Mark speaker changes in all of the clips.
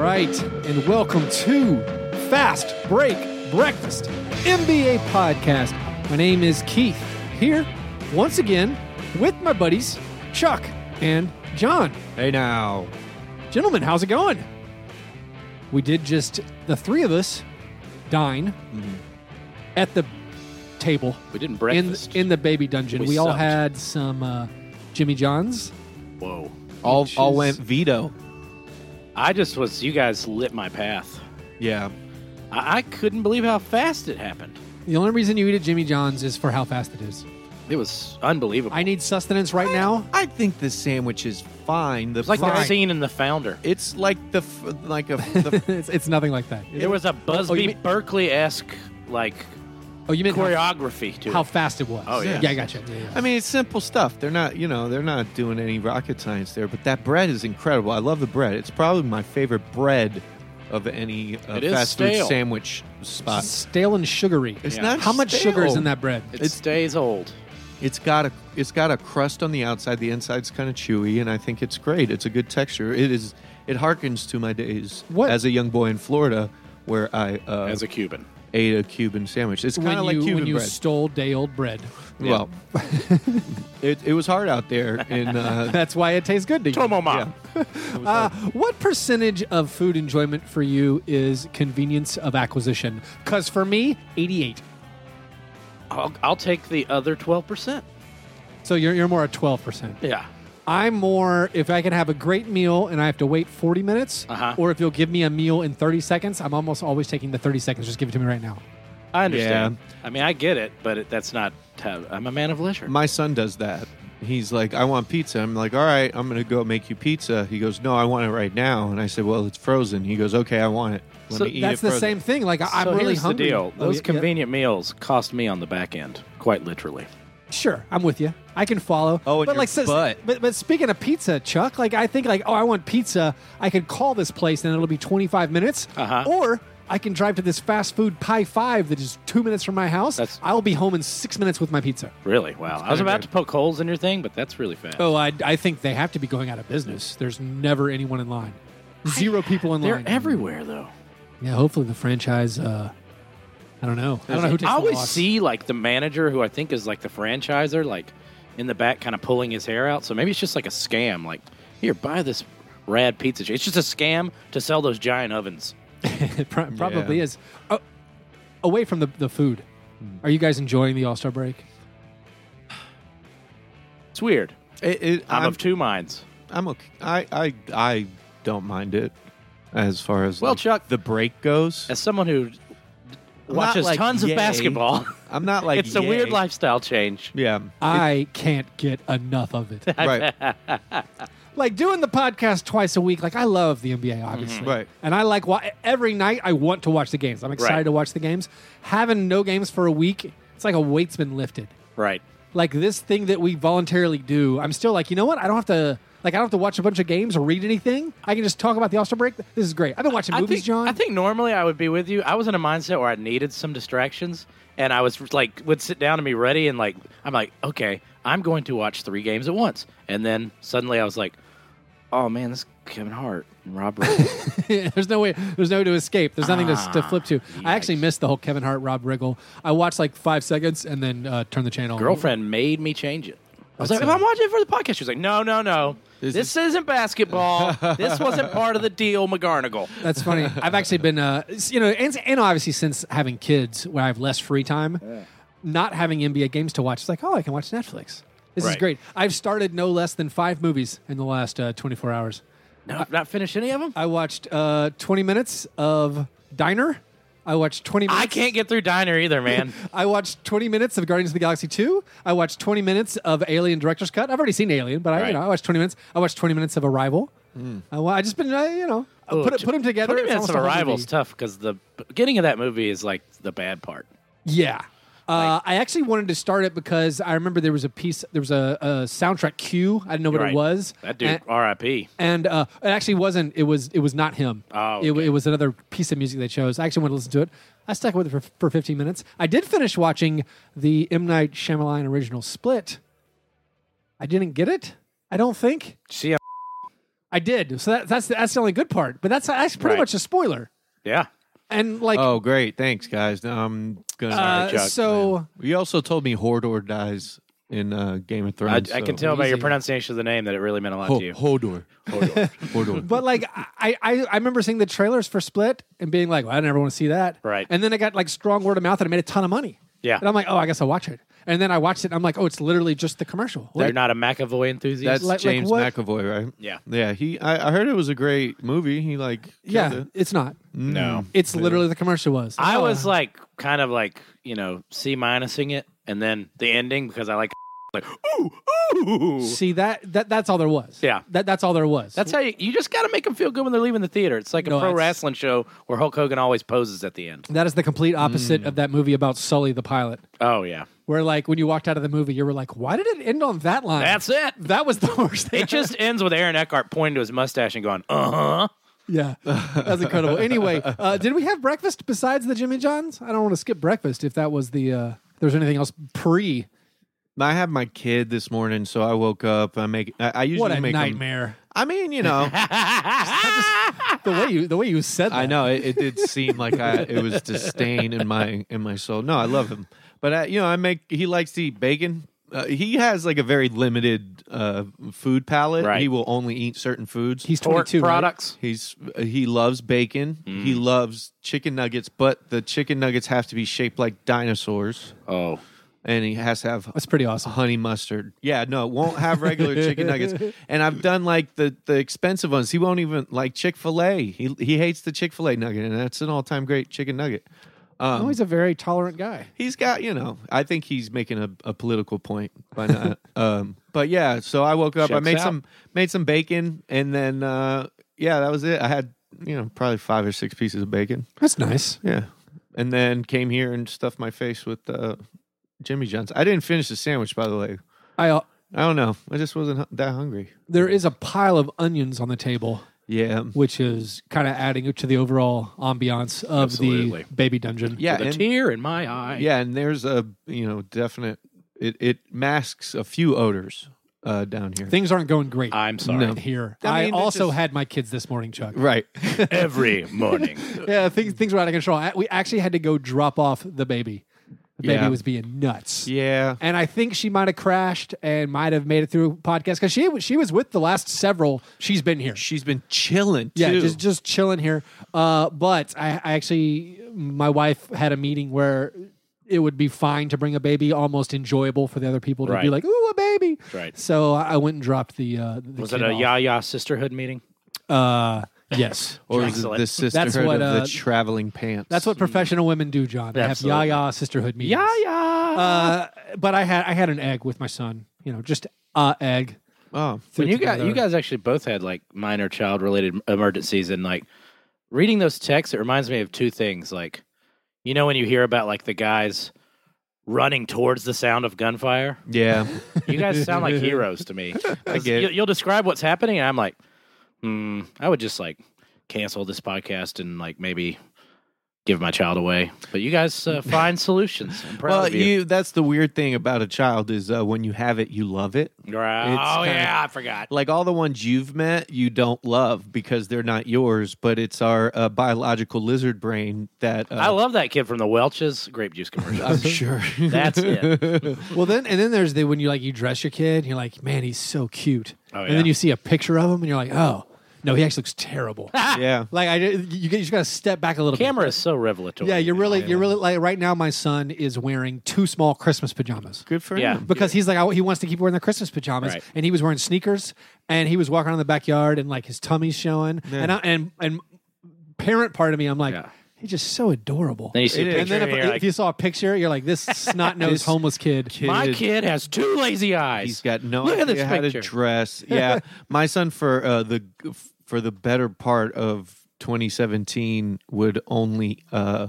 Speaker 1: right, and welcome to Fast Break Breakfast NBA Podcast. My name is Keith, here once again with my buddies Chuck and John. Hey now. Gentlemen, how's it going? We did just, the three of us dine
Speaker 2: Mm-hmm.
Speaker 1: at the table
Speaker 2: We didn't
Speaker 1: in,
Speaker 2: breakfast.
Speaker 1: in the baby dungeon.
Speaker 2: We
Speaker 1: We, all
Speaker 2: supped.
Speaker 1: had some uh, Jimmy John's.
Speaker 2: Whoa.
Speaker 3: all
Speaker 1: Which
Speaker 3: all
Speaker 1: is-
Speaker 3: went veto.
Speaker 2: I just was, you guys lit my path.
Speaker 3: Yeah,
Speaker 2: I, I couldn't believe how fast it happened.
Speaker 1: The only reason you eat at Jimmy John's is for how fast it is.
Speaker 2: It was unbelievable.
Speaker 1: I need sustenance right now.
Speaker 3: I think the sandwich is fine. The
Speaker 2: it's like
Speaker 3: fry-
Speaker 2: that scene in The Founder.
Speaker 3: it's like the f- like a the,
Speaker 1: it's, it's nothing like that.
Speaker 2: There was a Busby
Speaker 1: Oh, mean-
Speaker 2: Berkeley esque like
Speaker 1: oh, you meant how,
Speaker 2: choreography to
Speaker 1: how
Speaker 2: it.
Speaker 1: fast it was.
Speaker 2: Oh, yeah.
Speaker 1: yeah, I gotcha. Yeah, yeah.
Speaker 3: I mean, it's simple stuff. They're not, you know, they're not doing any rocket science there. But that bread is incredible. I love the bread. It's probably my favorite bread of any uh,
Speaker 2: It is
Speaker 3: fast food
Speaker 2: stale.
Speaker 3: sandwich spot.
Speaker 1: stale and sugary.
Speaker 3: It's
Speaker 2: Yeah.
Speaker 3: not
Speaker 1: How much sugar is
Speaker 3: stale.
Speaker 1: in that bread?
Speaker 2: It stays old.
Speaker 3: It's got a it's got a crust on the outside. The inside's kind of chewy, and I think it's great. It's a good texture. It is. It harkens to my days
Speaker 1: What-
Speaker 3: as a young boy in Florida, where I uh,
Speaker 2: As a Cuban.
Speaker 3: ate a Cuban sandwich. It's kind
Speaker 1: when
Speaker 3: of
Speaker 1: you
Speaker 3: like Cuban
Speaker 1: when you
Speaker 3: bread.
Speaker 1: stole day old bread,
Speaker 3: well, it, it was hard out there, and uh,
Speaker 1: that's why it tastes good to you.
Speaker 2: Tomo
Speaker 3: yeah,
Speaker 2: mom.
Speaker 1: Uh, what percentage of food enjoyment for you is convenience of acquisition? Because for me, eighty-eight.
Speaker 2: I'll, I'll take the other 12%.
Speaker 1: So you're you're more at twelve percent.
Speaker 2: Yeah.
Speaker 1: I'm more if I can have a great meal and I have to wait 40 minutes,
Speaker 2: Uh-huh.
Speaker 1: or if you'll give me a meal in 30 seconds, I'm almost always taking the 30 seconds. Just give it to me right now.
Speaker 2: I understand. I mean, I get it, but it, that's not. How, I'm a man of leisure.
Speaker 3: my son does that. He's like, I want pizza. I'm like, all right, I'm gonna go make you pizza. He goes, no, I want it right now. And I said, well, it's frozen. He goes, okay, I want it. Let
Speaker 2: So
Speaker 3: me eat
Speaker 1: That's
Speaker 3: it
Speaker 1: the
Speaker 3: frozen."
Speaker 1: same thing. Like I- I'm
Speaker 2: so
Speaker 1: really
Speaker 2: here's
Speaker 1: hungry.
Speaker 2: the deal.
Speaker 1: Oh,
Speaker 2: Those
Speaker 1: yeah, yeah.
Speaker 2: convenient meals cost me on the back end, quite literally.
Speaker 1: Sure, I'm with you. I can follow.
Speaker 3: Oh, and
Speaker 1: but
Speaker 3: your
Speaker 1: like, so-
Speaker 3: butt.
Speaker 1: but but speaking of pizza, Chuck, like I think like oh, I want pizza. I could call this place and it'll be 25 minutes,
Speaker 2: Uh-huh.
Speaker 1: or I can drive to this fast food Pie Five that is two minutes from my house.
Speaker 2: That's-
Speaker 1: I'll be home in six minutes with my pizza.
Speaker 2: Really? Wow. I was
Speaker 3: kinda
Speaker 2: about
Speaker 3: good.
Speaker 2: to poke holes in your thing, but that's really fast.
Speaker 1: Oh, I, I think they have to be going out of business. There's never anyone in line. Zero people in
Speaker 2: They're
Speaker 1: line.
Speaker 2: everywhere, though.
Speaker 1: Yeah, hopefully the franchise. Uh, I don't know. I don't know who takes
Speaker 2: I
Speaker 1: the
Speaker 2: always
Speaker 1: loss.
Speaker 2: see like the manager, who I think is like the franchiser, like in the back, kind of pulling his hair out. So maybe it's just like a scam. Like, here, buy this rad pizza. ch-" It's just a scam to sell those giant ovens.
Speaker 1: it pro- probably
Speaker 3: Yeah.
Speaker 1: is. Oh, away from the, the food,
Speaker 2: Hmm.
Speaker 1: are you guys enjoying the All Star break?
Speaker 2: It's weird.
Speaker 3: It, it,
Speaker 2: I'm,
Speaker 3: I'm,
Speaker 2: of two minds.
Speaker 3: I'm okay. I, I I don't mind it as far as
Speaker 2: Well,
Speaker 3: like,
Speaker 2: Chuck-
Speaker 3: the break goes.
Speaker 2: As someone who watches
Speaker 3: like,
Speaker 2: tons
Speaker 3: yay.
Speaker 2: of basketball,
Speaker 3: I'm not like
Speaker 2: it's a weird
Speaker 3: yay.
Speaker 2: lifestyle change.
Speaker 3: Yeah,
Speaker 1: I can't get enough of it.
Speaker 3: right.
Speaker 1: like doing the podcast twice a week. Like I love the
Speaker 2: Mm-hmm.
Speaker 1: NBA, obviously,
Speaker 3: Right.
Speaker 1: And I like wa- every night. I want to watch the games. I'm excited
Speaker 2: Right.
Speaker 1: to watch the games. Having no games for a week, it's like a weight's been lifted.
Speaker 2: Right.
Speaker 1: like this thing that we voluntarily do, I'm still like, you know what? I don't have to like I don't have to watch a bunch of games or read anything. I can just talk about the All Star break. This is great. I've been watching
Speaker 2: I
Speaker 1: movies,
Speaker 2: think,
Speaker 1: John.
Speaker 2: I think normally I would be with you. I was in a mindset where I needed some distractions, and I was like, would sit down and be ready, and like, I'm like, okay, I'm going to watch three games at once, and then suddenly I was like, oh man, this is Kevin Hart and Rob Riggle.
Speaker 1: there's no way. There's no way to escape. There's nothing to, to flip to. I actually
Speaker 2: Ah, yikes.
Speaker 1: missed the whole Kevin Hart Rob Riggle. I watched like five seconds and then uh, turned the channel.
Speaker 2: girlfriend made me change it. I was
Speaker 1: That's
Speaker 2: like, if
Speaker 1: a-
Speaker 2: I'm watching it for the podcast, she was like, no, no, no.
Speaker 3: This
Speaker 2: This, isn't basketball. this wasn't part of the deal, McGarnagle.
Speaker 1: That's funny. I've actually been, uh, s- you know, and, and obviously since having kids, where I have less free time, not having NBA games to watch, it's like, oh, I can watch Netflix. This is
Speaker 2: Right.
Speaker 1: great. I've started no less than five movies in the last uh, 24 hours.
Speaker 2: No, I've not finished any of them.
Speaker 1: I watched uh, 20 minutes of Diner. I watched 20 minutes.
Speaker 2: I can't get through Diner either, man.
Speaker 1: I watched 20 minutes of Guardians of the Galaxy 2. I watched 20 minutes of Alien Director's Cut. I've already seen Alien, but I, you
Speaker 2: Right.
Speaker 1: know, I watched 20 minutes. I watched 20 minutes of Arrival. I, wa- I just been, uh, you know, I
Speaker 2: Ooh,
Speaker 1: put, it-
Speaker 2: t-
Speaker 1: put them together.
Speaker 2: 20
Speaker 1: it's
Speaker 2: minutes
Speaker 1: almost
Speaker 2: of
Speaker 1: a whole
Speaker 2: Arrival
Speaker 1: movie.
Speaker 2: is tough because the beginning of that movie is like the bad part.
Speaker 1: Yeah. Uh, I actually wanted to start it because I remember there was a piece, there was a, a soundtrack cue. I didn't know what
Speaker 2: Right.
Speaker 1: it was.
Speaker 2: That dude,
Speaker 1: And,
Speaker 2: R.I.P.
Speaker 1: and, uh, it actually wasn't. It was. It was not him.
Speaker 2: Oh,
Speaker 1: it,
Speaker 2: okay.
Speaker 1: it was another piece of music they chose. I actually went to listen to it. I stuck with it for, for 15 minutes. I did finish watching the M Night Shyamalan
Speaker 2: uh,
Speaker 1: original Split. I didn't get it. I don't think.
Speaker 2: See, I'm
Speaker 1: I did. So that, that's that's the only good part. But that's that's pretty
Speaker 2: Right.
Speaker 1: much a spoiler.
Speaker 2: Yeah.
Speaker 1: And like,
Speaker 3: oh, great. Thanks, guys. Now I'm going to.
Speaker 1: uh,
Speaker 2: Chuck,
Speaker 1: so
Speaker 3: you also told me Hordor dies in uh, Game of
Speaker 2: I,
Speaker 3: Thrones.
Speaker 2: I can
Speaker 3: so-
Speaker 2: tell by your
Speaker 1: Easy.
Speaker 2: pronunciation of the name that it really meant a lot
Speaker 3: Ho-
Speaker 2: to you.
Speaker 3: Hodor.
Speaker 2: Hodor.
Speaker 3: Hodor.
Speaker 1: But like I, I, I remember seeing the trailers for Split and being like, well, I never want to see that.
Speaker 2: Right.
Speaker 1: And then I got like strong word of mouth and I made a ton of money.
Speaker 2: Yeah.
Speaker 1: And I'm like, oh, I guess I'll watch it. And then I watched it. and I'm like, oh, it's literally just the commercial.
Speaker 2: You're
Speaker 1: Like,
Speaker 2: not a McAvoy enthusiast.
Speaker 3: That's
Speaker 1: like
Speaker 3: James
Speaker 1: what?
Speaker 3: McAvoy, right?
Speaker 2: Yeah.
Speaker 3: Yeah. He. I, I heard it was a great movie. He like. killed
Speaker 1: yeah,
Speaker 3: it.
Speaker 1: it's not.
Speaker 2: no.
Speaker 1: It's literally the commercial was.
Speaker 2: Mm. I
Speaker 1: Oh.
Speaker 2: was like, kind of like, you know, C minusing it, and then the ending because I like, like, ooh, ooh.
Speaker 1: see that that that's all there was.
Speaker 2: Yeah.
Speaker 1: That that's all there was.
Speaker 2: That's how you, you just got to make them feel good when they're leaving the theater. It's like a
Speaker 1: No,
Speaker 2: pro
Speaker 1: it's-
Speaker 2: wrestling show where Hulk Hogan always poses at the end.
Speaker 1: that is the complete
Speaker 2: Mm.
Speaker 1: opposite of that movie about Sully the pilot,
Speaker 2: Oh yeah,
Speaker 1: where like when you walked out of the movie, you were like, why did it end on that line?
Speaker 2: that's it.
Speaker 1: that was the worst thing.
Speaker 2: It just ends with Aaron Eckhart pointing to his mustache and going, "Uh huh."
Speaker 1: Yeah, that's incredible. Anyway, uh, did we have breakfast besides the Jimmy John's? I don't want to skip breakfast if that was the uh, if there was anything else pre.
Speaker 3: I had my kid this morning, so I woke up. I make. I, I usually
Speaker 1: What a
Speaker 3: make 'em-
Speaker 1: nightmare!
Speaker 3: I mean, you know.
Speaker 1: The way you the way you said that.
Speaker 3: I know it, it did seem like I it was disdain in my in my soul. No, I love him, but I, you know I make he likes to eat bacon. Uh, he has like a very limited uh, food palate.
Speaker 2: Right.
Speaker 3: He will only eat certain foods.
Speaker 1: He's
Speaker 2: Pork
Speaker 1: 22. right?
Speaker 2: products.
Speaker 3: He's he loves bacon. He loves chicken nuggets, but the chicken nuggets have to be shaped like dinosaurs,
Speaker 2: Oh,
Speaker 3: and he has to have
Speaker 1: That's pretty awesome.
Speaker 3: honey mustard. Yeah, no, it won't have regular chicken nuggets. And I've done like the the expensive ones. He won't even like Chick fil A. He he hates the Chick fil A nugget, and that's an all time great chicken nugget. Um,
Speaker 1: Oh, he's a very tolerant guy.
Speaker 3: He's got you know. I think he's making a, a political point by not. um, but yeah, so I woke up. I
Speaker 2: Checks
Speaker 3: made
Speaker 2: out.
Speaker 3: some made some bacon, and then uh, yeah, that was it. I had you know probably five or six pieces of bacon.
Speaker 1: That's nice.
Speaker 3: Yeah. And then came here and stuffed my face with uh, Jimmy John's. I didn't finish the sandwich, by the way.
Speaker 1: I uh,
Speaker 3: I don't know. I just wasn't hu- that hungry.
Speaker 1: there is a pile of onions on the table,
Speaker 3: Yeah.
Speaker 1: which is kind of adding to the overall ambiance of
Speaker 2: Absolutely.
Speaker 1: the baby dungeon.
Speaker 3: Yeah.
Speaker 2: with a
Speaker 3: And,
Speaker 2: tear in my eye.
Speaker 3: yeah. And there's a, you know, definite, it, it masks a few odors uh, down here.
Speaker 1: Things aren't going great
Speaker 2: I'm sorry.
Speaker 3: No.
Speaker 1: here.
Speaker 3: I
Speaker 1: I,
Speaker 3: mean, it's
Speaker 1: also
Speaker 3: just-
Speaker 1: had my kids this morning, Chuck.
Speaker 3: right.
Speaker 2: Every morning.
Speaker 1: Yeah, things things were out of control. I, we actually had to go drop off the baby. The baby
Speaker 3: Yeah.
Speaker 1: was being nuts.
Speaker 3: yeah.
Speaker 1: And I think she might have crashed and might have made it through podcast because she she was with the last several. She's been here.
Speaker 3: She's been chilling too.
Speaker 1: Yeah, just just chilling here. Uh, but I, I actually, my wife had a meeting where it would be fine to bring a baby, almost enjoyable for the other people to be
Speaker 2: Right.
Speaker 1: like, "Ooh, a baby!"
Speaker 2: Right.
Speaker 1: So I I went and dropped the. Uh, the
Speaker 2: Was it
Speaker 1: kid
Speaker 2: a
Speaker 1: off.
Speaker 2: Ya Ya sisterhood meeting?
Speaker 1: Uh, yes.
Speaker 3: or is it
Speaker 2: Excellent.
Speaker 3: the
Speaker 2: That's
Speaker 3: sisterhood
Speaker 1: what,
Speaker 3: of
Speaker 1: uh,
Speaker 3: the traveling pants?
Speaker 1: That's what professional women do, John. They have
Speaker 2: Absolutely.
Speaker 1: yah yah sisterhood meetings.
Speaker 2: Ya Ya.
Speaker 1: Uh, but I had I had an egg with my son. You know, just a egg.
Speaker 3: Oh,
Speaker 1: Threw
Speaker 2: when you
Speaker 1: it
Speaker 2: got you
Speaker 1: together.
Speaker 2: guys actually both had like minor child related emergencies and like reading those texts it reminds me of two things like you know when you hear about like the guys running towards the sound of gunfire
Speaker 3: yeah.
Speaker 2: you guys sound like heroes to me
Speaker 3: I get
Speaker 2: you,
Speaker 3: it.
Speaker 2: you'll describe what's happening and i'm like hmm i would just like cancel this podcast and like maybe give my child away but you guys uh, find solutions i'm proud
Speaker 3: Well,
Speaker 2: of you,
Speaker 3: you. That's the weird thing about a child is uh, when you have it, you love it.
Speaker 2: Right.
Speaker 3: it's
Speaker 2: oh
Speaker 3: kinda-
Speaker 2: yeah i forgot
Speaker 3: like all the ones you've met you don't love because they're not yours but it's our uh, biological lizard brain that uh,
Speaker 2: i love that kid from the welch's grape juice commercial
Speaker 3: i'm sure
Speaker 2: that's it
Speaker 1: Well, then and then there's the when you like you dress your kid, and you're like, man, he's so cute.
Speaker 2: Oh,
Speaker 1: And then
Speaker 2: yeah.
Speaker 1: you see a picture of him, and you're like, oh no, he actually looks terrible.
Speaker 3: yeah
Speaker 1: like I, you, you just got to step back a little.
Speaker 2: Camera is so revelatory.
Speaker 1: Bit. Yeah, you're really, you're really like right now. My son is wearing two small Christmas pajamas.
Speaker 3: good for
Speaker 2: Yeah.
Speaker 3: him
Speaker 1: because he's like I, he wants to keep wearing the Christmas pajamas,
Speaker 2: Right.
Speaker 1: and he was wearing sneakers, and he was walking around the backyard, and like his tummy's showing, and I, and and parent part of me, I'm like,
Speaker 2: Yeah.
Speaker 1: he's just so adorable.
Speaker 2: Then you see a
Speaker 3: It is.
Speaker 2: picture
Speaker 1: and then if,
Speaker 2: and you're
Speaker 1: if
Speaker 2: like,
Speaker 1: you saw a picture, you're like this snot nosed
Speaker 3: This
Speaker 1: homeless kid.
Speaker 2: my kid has two lazy eyes.
Speaker 3: he's got no
Speaker 2: Look at
Speaker 3: idea
Speaker 2: this
Speaker 3: how
Speaker 2: picture.
Speaker 3: to dress yeah my son for uh, the for the better part of 2017 would only uh,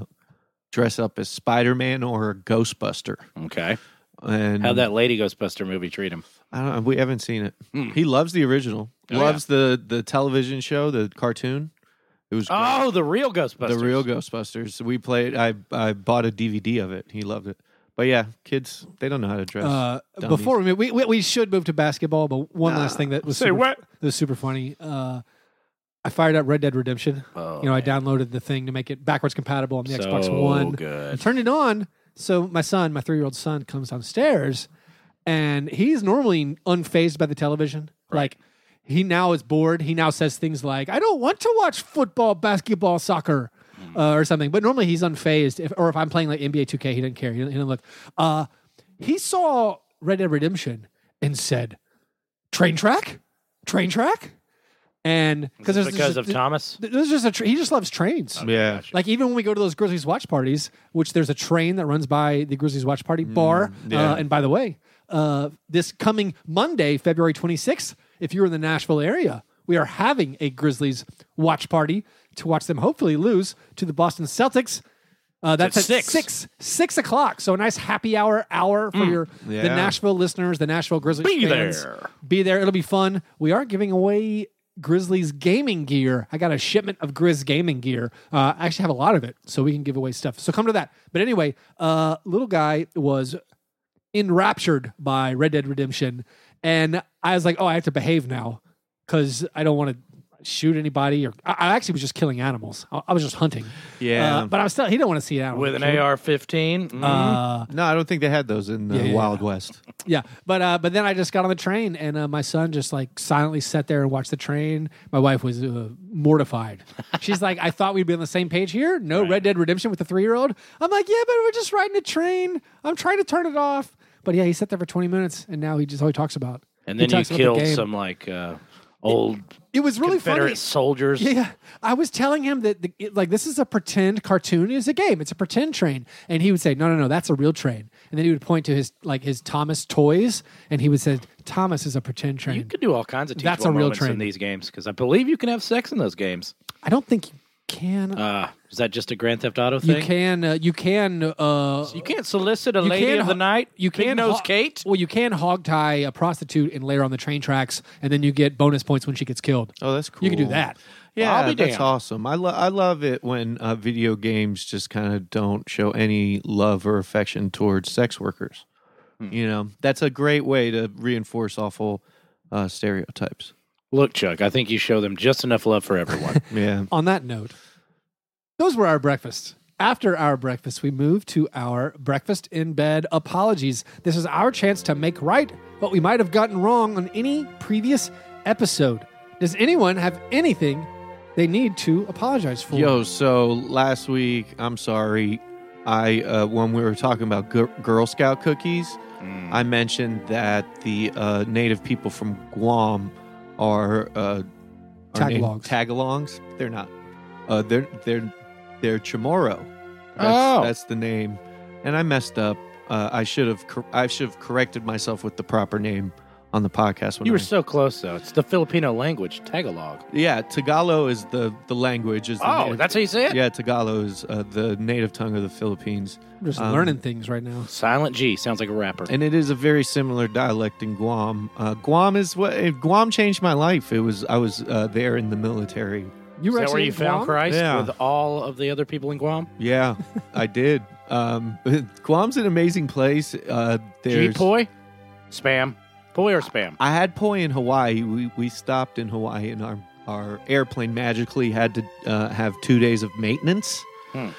Speaker 3: dress up as spider-man or a ghostbuster
Speaker 2: okay.
Speaker 3: and
Speaker 2: How'd that Lady Ghostbuster movie treat him?
Speaker 3: I don't know. We haven't seen it.
Speaker 2: Hmm.
Speaker 3: He loves the original.
Speaker 2: Oh,
Speaker 3: loves the the television show, the cartoon. It was great.
Speaker 2: Oh, the real Oh, Ghostbusters.
Speaker 3: the real Ghostbusters. We played. I I bought a DVD of it. He loved it. But yeah, kids, they don't know how to dress.
Speaker 1: Uh,
Speaker 3: Dummies.
Speaker 1: before we, we we- we should move to basketball, but one last thing that was
Speaker 4: Say
Speaker 1: super,
Speaker 4: what?
Speaker 1: that was super funny. Uh, I fired up Red Dead Redemption.
Speaker 2: Oh,
Speaker 1: you know, I downloaded the thing to make it backwards compatible on the
Speaker 2: so
Speaker 1: Xbox One. I
Speaker 2: good.
Speaker 1: turned it on. So my son, my three-year-old son, comes downstairs, and he's normally unfazed by the television. Like he now is bored. He now says things like, "I don't want to watch football, basketball, soccer."
Speaker 2: Hmm.
Speaker 1: Uh, or something, but normally he's unfazed. If, or if I'm playing like NBA 2K, he doesn't care. He doesn't, he doesn't look. Uh, he saw Red Dead Redemption and said, "Train track, train track," and
Speaker 2: Is it
Speaker 1: there's
Speaker 2: because
Speaker 1: just,
Speaker 2: of Thomas.
Speaker 1: There's just a tra- he just loves trains.
Speaker 3: yeah.
Speaker 1: Like even when we go to those Grizzlies watch parties, which there's a train that runs by the Grizzlies watch party bar.
Speaker 3: yeah.
Speaker 1: Uh, and by the way, uh, this coming Monday, February 26th, if you're in the Nashville area, we are having a Grizzlies watch party to watch them hopefully lose to the Boston Celtics. Uh, that's at
Speaker 2: It's at
Speaker 1: six.
Speaker 2: six.
Speaker 1: six o'clock. So a nice happy hour hour for your
Speaker 3: Yeah.
Speaker 1: the Nashville listeners, the Nashville Grizzlies.
Speaker 2: Be
Speaker 1: fans.
Speaker 2: there.
Speaker 1: Be there. It'll be fun. We are giving away Grizzlies gaming gear. I got a shipment of Grizz gaming gear. Uh, I actually have a lot of it, so we can give away stuff. So come to that. But anyway, uh, little guy was enraptured by Red Dead Redemption, and I was like, oh, I have to behave now because I don't want to shoot anybody or I, I actually was just killing animals. I, I was just hunting.
Speaker 3: Yeah.
Speaker 1: Uh, but I'm still he didn't want to see an animal
Speaker 2: With an
Speaker 1: So,
Speaker 2: AR-15, Mm.
Speaker 1: Uh,
Speaker 3: no, I don't think they had those in the
Speaker 1: Yeah, yeah,
Speaker 3: Wild West.
Speaker 1: yeah, but uh, but then I just got on the train and uh, my son just like silently sat there and watched the train. My wife was uh, mortified. She's like, "I thought we'd be on the same page here. No Red Dead Redemption with the three year old." I'm like, "Yeah, but we're just riding a train. I'm trying to turn it off." But yeah, he sat there for 20 minutes and now he just all he talks about.
Speaker 2: and
Speaker 1: he
Speaker 2: then you
Speaker 1: talks about the
Speaker 2: killed
Speaker 1: game.
Speaker 2: some like uh, old
Speaker 1: It was really
Speaker 2: Confederate
Speaker 1: funny.
Speaker 2: soldiers.
Speaker 1: Yeah, yeah. I was telling him that the, it- like this is a pretend cartoon. It's a game. It's a pretend train, and he would say, "No, no, no, that's a real train." And then he would point to his like his Thomas toys, and he would say, "Thomas is a pretend train."
Speaker 2: You can do all kinds of teachable
Speaker 1: That's a real
Speaker 2: moments
Speaker 1: trend.
Speaker 2: in these games because I believe you can have sex in those games.
Speaker 1: I don't think you can.
Speaker 2: Uh, is that just a Grand Theft Auto
Speaker 1: you
Speaker 2: thing?
Speaker 1: can. Uh, you can. Uh,
Speaker 2: You can't solicit a
Speaker 1: you
Speaker 2: lady
Speaker 1: can
Speaker 2: of the
Speaker 1: ho-
Speaker 2: night.
Speaker 1: You
Speaker 2: Big
Speaker 1: can
Speaker 2: nose
Speaker 1: ho-
Speaker 2: Kate.
Speaker 1: Well, you can hog tie a prostitute and lay her on the train tracks, and then you get bonus points when she gets killed.
Speaker 3: Oh, that's cool.
Speaker 1: You can do that.
Speaker 3: Yeah,
Speaker 2: I'll be
Speaker 3: that's
Speaker 2: damned.
Speaker 3: awesome. I lo- I love it when uh, video games just kind of don't show any love or affection towards sex workers.
Speaker 1: Hmm.
Speaker 3: You know, that's a great way to reinforce awful uh, stereotypes.
Speaker 2: Look, Chuck, I think you show them just enough love for everyone.
Speaker 3: Yeah,
Speaker 1: On that note, those were our breakfasts. After our breakfast, we move to our breakfast in bed apologies. This is our chance to make right what we might have gotten wrong on any previous episode. Does anyone have anything they need to apologize for?
Speaker 3: Yo, so last week, I'm sorry. I uh, when we were talking about gir- Girl Scout cookies,
Speaker 2: Mm.
Speaker 3: I mentioned that the uh, native people from Guam are, uh, are named
Speaker 1: Tagalongs.
Speaker 3: Tagalongs. They're not. Uh, they're they're they're Chamorro. That's,
Speaker 2: Oh.
Speaker 3: that's the name. And I messed up. Uh, I should have cor- I should have corrected myself with the proper name on the podcast. When
Speaker 2: you were
Speaker 3: I-
Speaker 2: so close, though. It's the Filipino language, Tagalog.
Speaker 3: yeah, Tagalog is the the language. Is the
Speaker 2: Oh,
Speaker 3: native-
Speaker 2: that's how you say it?
Speaker 3: yeah, Tagalog is uh, the native tongue of the Philippines,
Speaker 1: I'm just
Speaker 3: Um,
Speaker 1: learning things right now.
Speaker 2: Silent G sounds like a rapper.
Speaker 3: and it is a very similar dialect in Guam. Uh, Guam is what eh, Guam changed my life. It was I was uh, there in the military.
Speaker 1: You were
Speaker 2: Is that where
Speaker 1: actually
Speaker 2: you
Speaker 1: in
Speaker 2: found
Speaker 1: Guam?
Speaker 2: Christ
Speaker 3: Yeah.
Speaker 2: with all of the other people in Guam?
Speaker 3: Yeah, I did. Um, Guam's an amazing place. Uh,
Speaker 2: G
Speaker 3: there's
Speaker 2: poi, spam, poi or spam.
Speaker 3: I had poi in Hawaii. We we stopped in Hawaii, and our our airplane magically had to uh, have two days of maintenance.
Speaker 2: Hmm.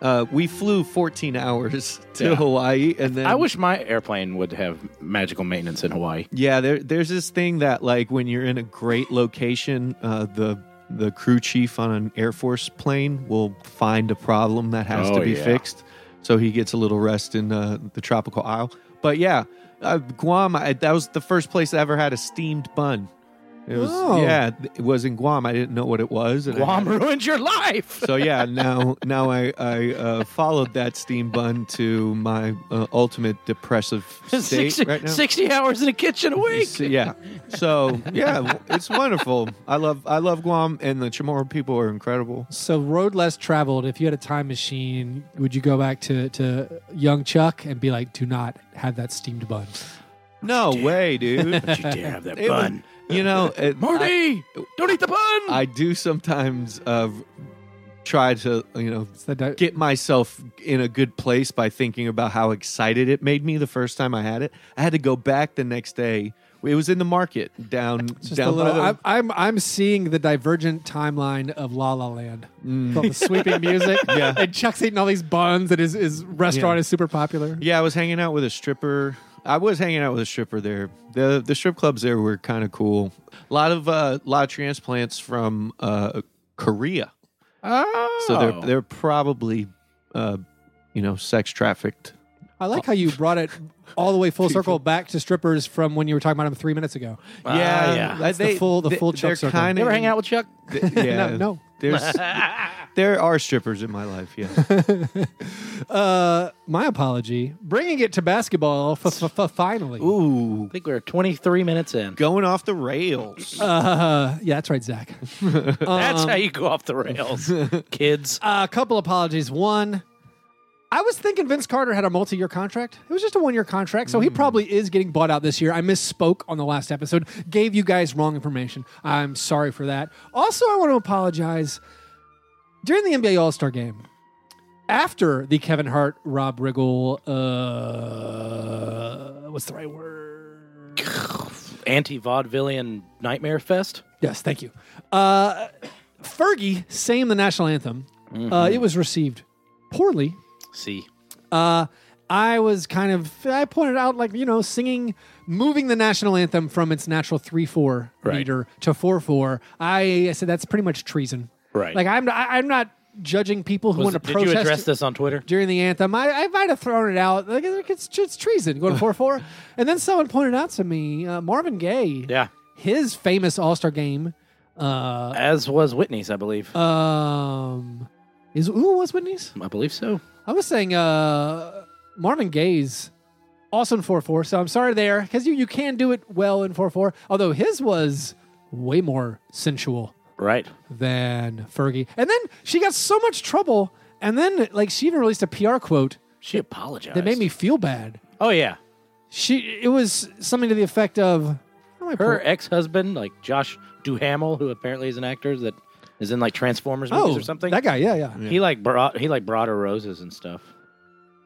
Speaker 3: Uh, we flew 14 hours to
Speaker 2: Yeah.
Speaker 3: Hawaii, and then
Speaker 2: I wish my airplane would have magical maintenance in Hawaii.
Speaker 3: Yeah, there, there's this thing that like when you're in a great location, uh, the the crew chief on an Air Force plane will find a problem that has to
Speaker 2: Oh,
Speaker 3: be
Speaker 2: yeah.
Speaker 3: fixed, so he gets a little rest in uh, the tropical isle. But yeah, uh, Guam, I, that was the first place I ever had a steamed bun. It was
Speaker 1: Oh.
Speaker 3: yeah, it was in Guam. I didn't know what it was. and I had-
Speaker 2: Guam ruined your life.
Speaker 3: so yeah, now now I I uh, followed that steam bun to my uh, ultimate depressive state
Speaker 2: 60,
Speaker 3: right now.
Speaker 2: 60 hours in a kitchen a week.
Speaker 3: So, yeah. So yeah, it's wonderful. I love I love Guam and the Chamorro people are incredible.
Speaker 1: So road less traveled. If you had a time machine, would you go back to, to young Chuck and be like, "Do not have that steamed bun"?
Speaker 3: No way, dude.
Speaker 2: you dare have that
Speaker 3: It
Speaker 2: bun.
Speaker 3: would- you know, it,
Speaker 2: Marty, don't eat the bun.
Speaker 3: I, I do sometimes uh, try to, you know,
Speaker 1: It's the di-
Speaker 3: get myself in a good place by thinking about how excited it made me the first time I had it. I had to go back the next day. It was in the market down
Speaker 1: just a
Speaker 3: down
Speaker 1: little.
Speaker 3: by
Speaker 1: I'm, I'm I'm seeing the divergent timeline of La La Land. With all the sweeping music.
Speaker 3: Mm. Yeah.
Speaker 1: And Chuck's eating all these buns, and his his restaurant
Speaker 3: Yeah.
Speaker 1: is super popular.
Speaker 3: the, yeah, I was hanging out with a stripper. I was hanging out with a stripper there. the The strip clubs there were kind of cool. A lot of uh, lot of transplants from uh, Korea,
Speaker 2: Oh,
Speaker 3: so they're they're probably uh, you know sex trafficked.
Speaker 1: I like how you brought it all the way full circle back to strippers from when you were talking about them three minutes ago.
Speaker 2: Ah, yeah.
Speaker 3: I-
Speaker 1: That's the full- the full Chuck
Speaker 3: Uh, they're
Speaker 1: circle.
Speaker 3: kinda
Speaker 2: You ever
Speaker 3: in-
Speaker 2: hang out with Chuck?
Speaker 3: th- yeah,
Speaker 1: no.
Speaker 3: There's there are strippers in my life. Yeah.
Speaker 1: Uh, my apology. Bringing it to basketball f- f- f- finally.
Speaker 3: Ooh,
Speaker 2: I think we're 23 minutes in.
Speaker 3: going off the rails.
Speaker 1: Uh, yeah, that's right, Zach.
Speaker 2: That's
Speaker 3: um,
Speaker 2: how you go off the rails, kids.
Speaker 1: Uh, A couple apologies. One, I was thinking Vince Carter had a multi-year contract. It was just a one-year contract, so he probably is getting bought out this year. I misspoke on the last episode. Gave you guys wrong information. I'm sorry for that. Also, I want to apologize. During the NBA All-Star game, after the Kevin Hart, Rob Riggle, uh, what's the right word?
Speaker 2: Anti vaudevillian nightmare fest.
Speaker 1: Yes, thank you. Uh, Fergie sang the national anthem. Uh, it was received poorly
Speaker 2: See,
Speaker 1: uh, I was kind of I pointed out like you know singing moving the national anthem from its natural three four
Speaker 2: Right.
Speaker 1: meter to four four. I, I said that's pretty much treason.
Speaker 2: Right.
Speaker 1: Like I'm I, I'm not judging people who
Speaker 2: Was-
Speaker 1: want to
Speaker 2: did
Speaker 1: protest
Speaker 2: you address this on Twitter?
Speaker 1: during the anthem. I, I might have thrown it out. Like it's, it's treason going four four. And then someone pointed out to me uh, Marvin Gaye.
Speaker 2: Yeah,
Speaker 1: His famous All Star game. Uh,
Speaker 2: as was Whitney's, I believe.
Speaker 3: uh,
Speaker 1: um, is who was Whitney's?
Speaker 2: I believe so.
Speaker 1: I was saying uh, Marvin Gaye's awesome 4 4, so I'm sorry there because you, you can do it well in 4 4, although his was way more sensual
Speaker 2: Right.
Speaker 1: than Fergie. And then she got so much trouble, and then like she even released a PR quote
Speaker 2: She apologized.
Speaker 1: that made me feel bad.
Speaker 2: Oh yeah,
Speaker 1: She It was something to the effect of. how do I
Speaker 2: her
Speaker 1: put-
Speaker 2: ex-husband, like Josh Duhamel, who apparently is an actor that is in like Transformers movies
Speaker 1: Oh,
Speaker 2: or something. Mm.
Speaker 1: That guy, yeah, yeah,
Speaker 2: He like brought he like brought her roses and stuff.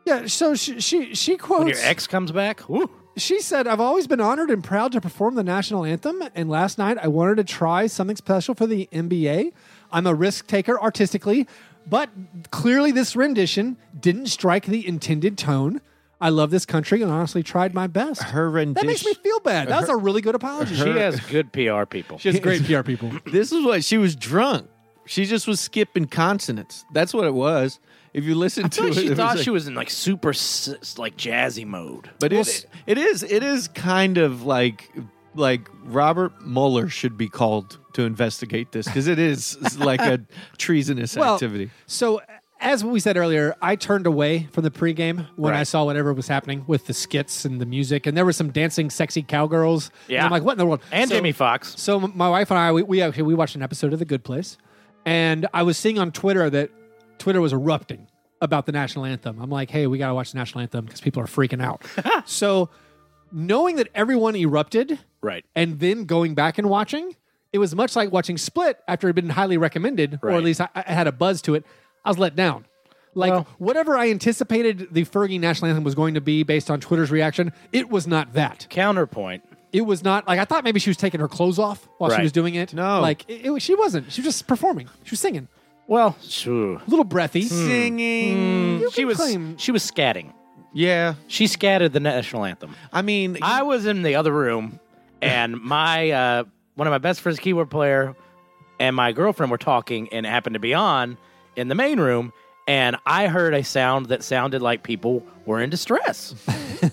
Speaker 1: yeah. So she she she quotes
Speaker 2: When your ex comes back, woo,
Speaker 1: She said, I've always been honored and proud to perform the national anthem, and last night I wanted to try something special for the NBA. I'm a risk taker artistically, but clearly this rendition didn't strike the intended tone. I love this country and honestly tried my best.
Speaker 3: Her rendition.
Speaker 1: that makes me feel bad. That was a really good apology.
Speaker 2: she has good PR people.
Speaker 1: she has great PR people.
Speaker 3: this is what she was drunk. She just was skipping consonants. That's what it was. If you listen to it,
Speaker 2: she
Speaker 3: it was
Speaker 2: thought
Speaker 3: like-
Speaker 2: she was in like super s- like jazzy mode.
Speaker 3: But it, it is it is kind of like like Robert Mueller should be called to investigate this because it is like a treasonous activity.
Speaker 1: So, as we said earlier, I turned away from the pregame when I
Speaker 2: Right.
Speaker 1: saw whatever was happening with the skits and the music, and there were some dancing, sexy cowgirls. And
Speaker 2: Yeah.
Speaker 1: I'm like, what in the world?
Speaker 2: And
Speaker 1: So-
Speaker 2: Jamie Foxx.
Speaker 1: So m- my wife and I, we we, okay, we watched an episode of The Good Place, and I was seeing on Twitter that Twitter was erupting about the national anthem. I'm like, hey, we gotta watch the national anthem because people are freaking out. so knowing that everyone erupted,
Speaker 2: Right.
Speaker 1: and then going back and watching, it was much like watching Split after it had been highly recommended, or at
Speaker 2: Right.
Speaker 1: least I, I had a buzz to it. I was let down. Like
Speaker 2: Well-
Speaker 1: whatever I anticipated the Fergie national anthem was going to be based on Twitter's reaction, it was not that
Speaker 2: Counterpoint.
Speaker 1: it was not like I thought maybe she was taking her clothes off while she
Speaker 2: Right.
Speaker 1: was doing it.
Speaker 3: No.
Speaker 1: like it, it- she wasn't. She was just performing. She was singing,
Speaker 2: Well, sure.
Speaker 1: a little breathy.
Speaker 3: Hmm. Singing,
Speaker 1: You
Speaker 2: she
Speaker 1: can
Speaker 2: was
Speaker 1: claim-
Speaker 2: she was scatting.
Speaker 3: Mm, yeah.
Speaker 2: She scattered the national anthem.
Speaker 3: I mean,
Speaker 2: I was in the other room, and my uh, one of my best friends, keyboard player, and my girlfriend were talking, and it happened to be on in the main room, and I heard a sound that sounded like people were in distress.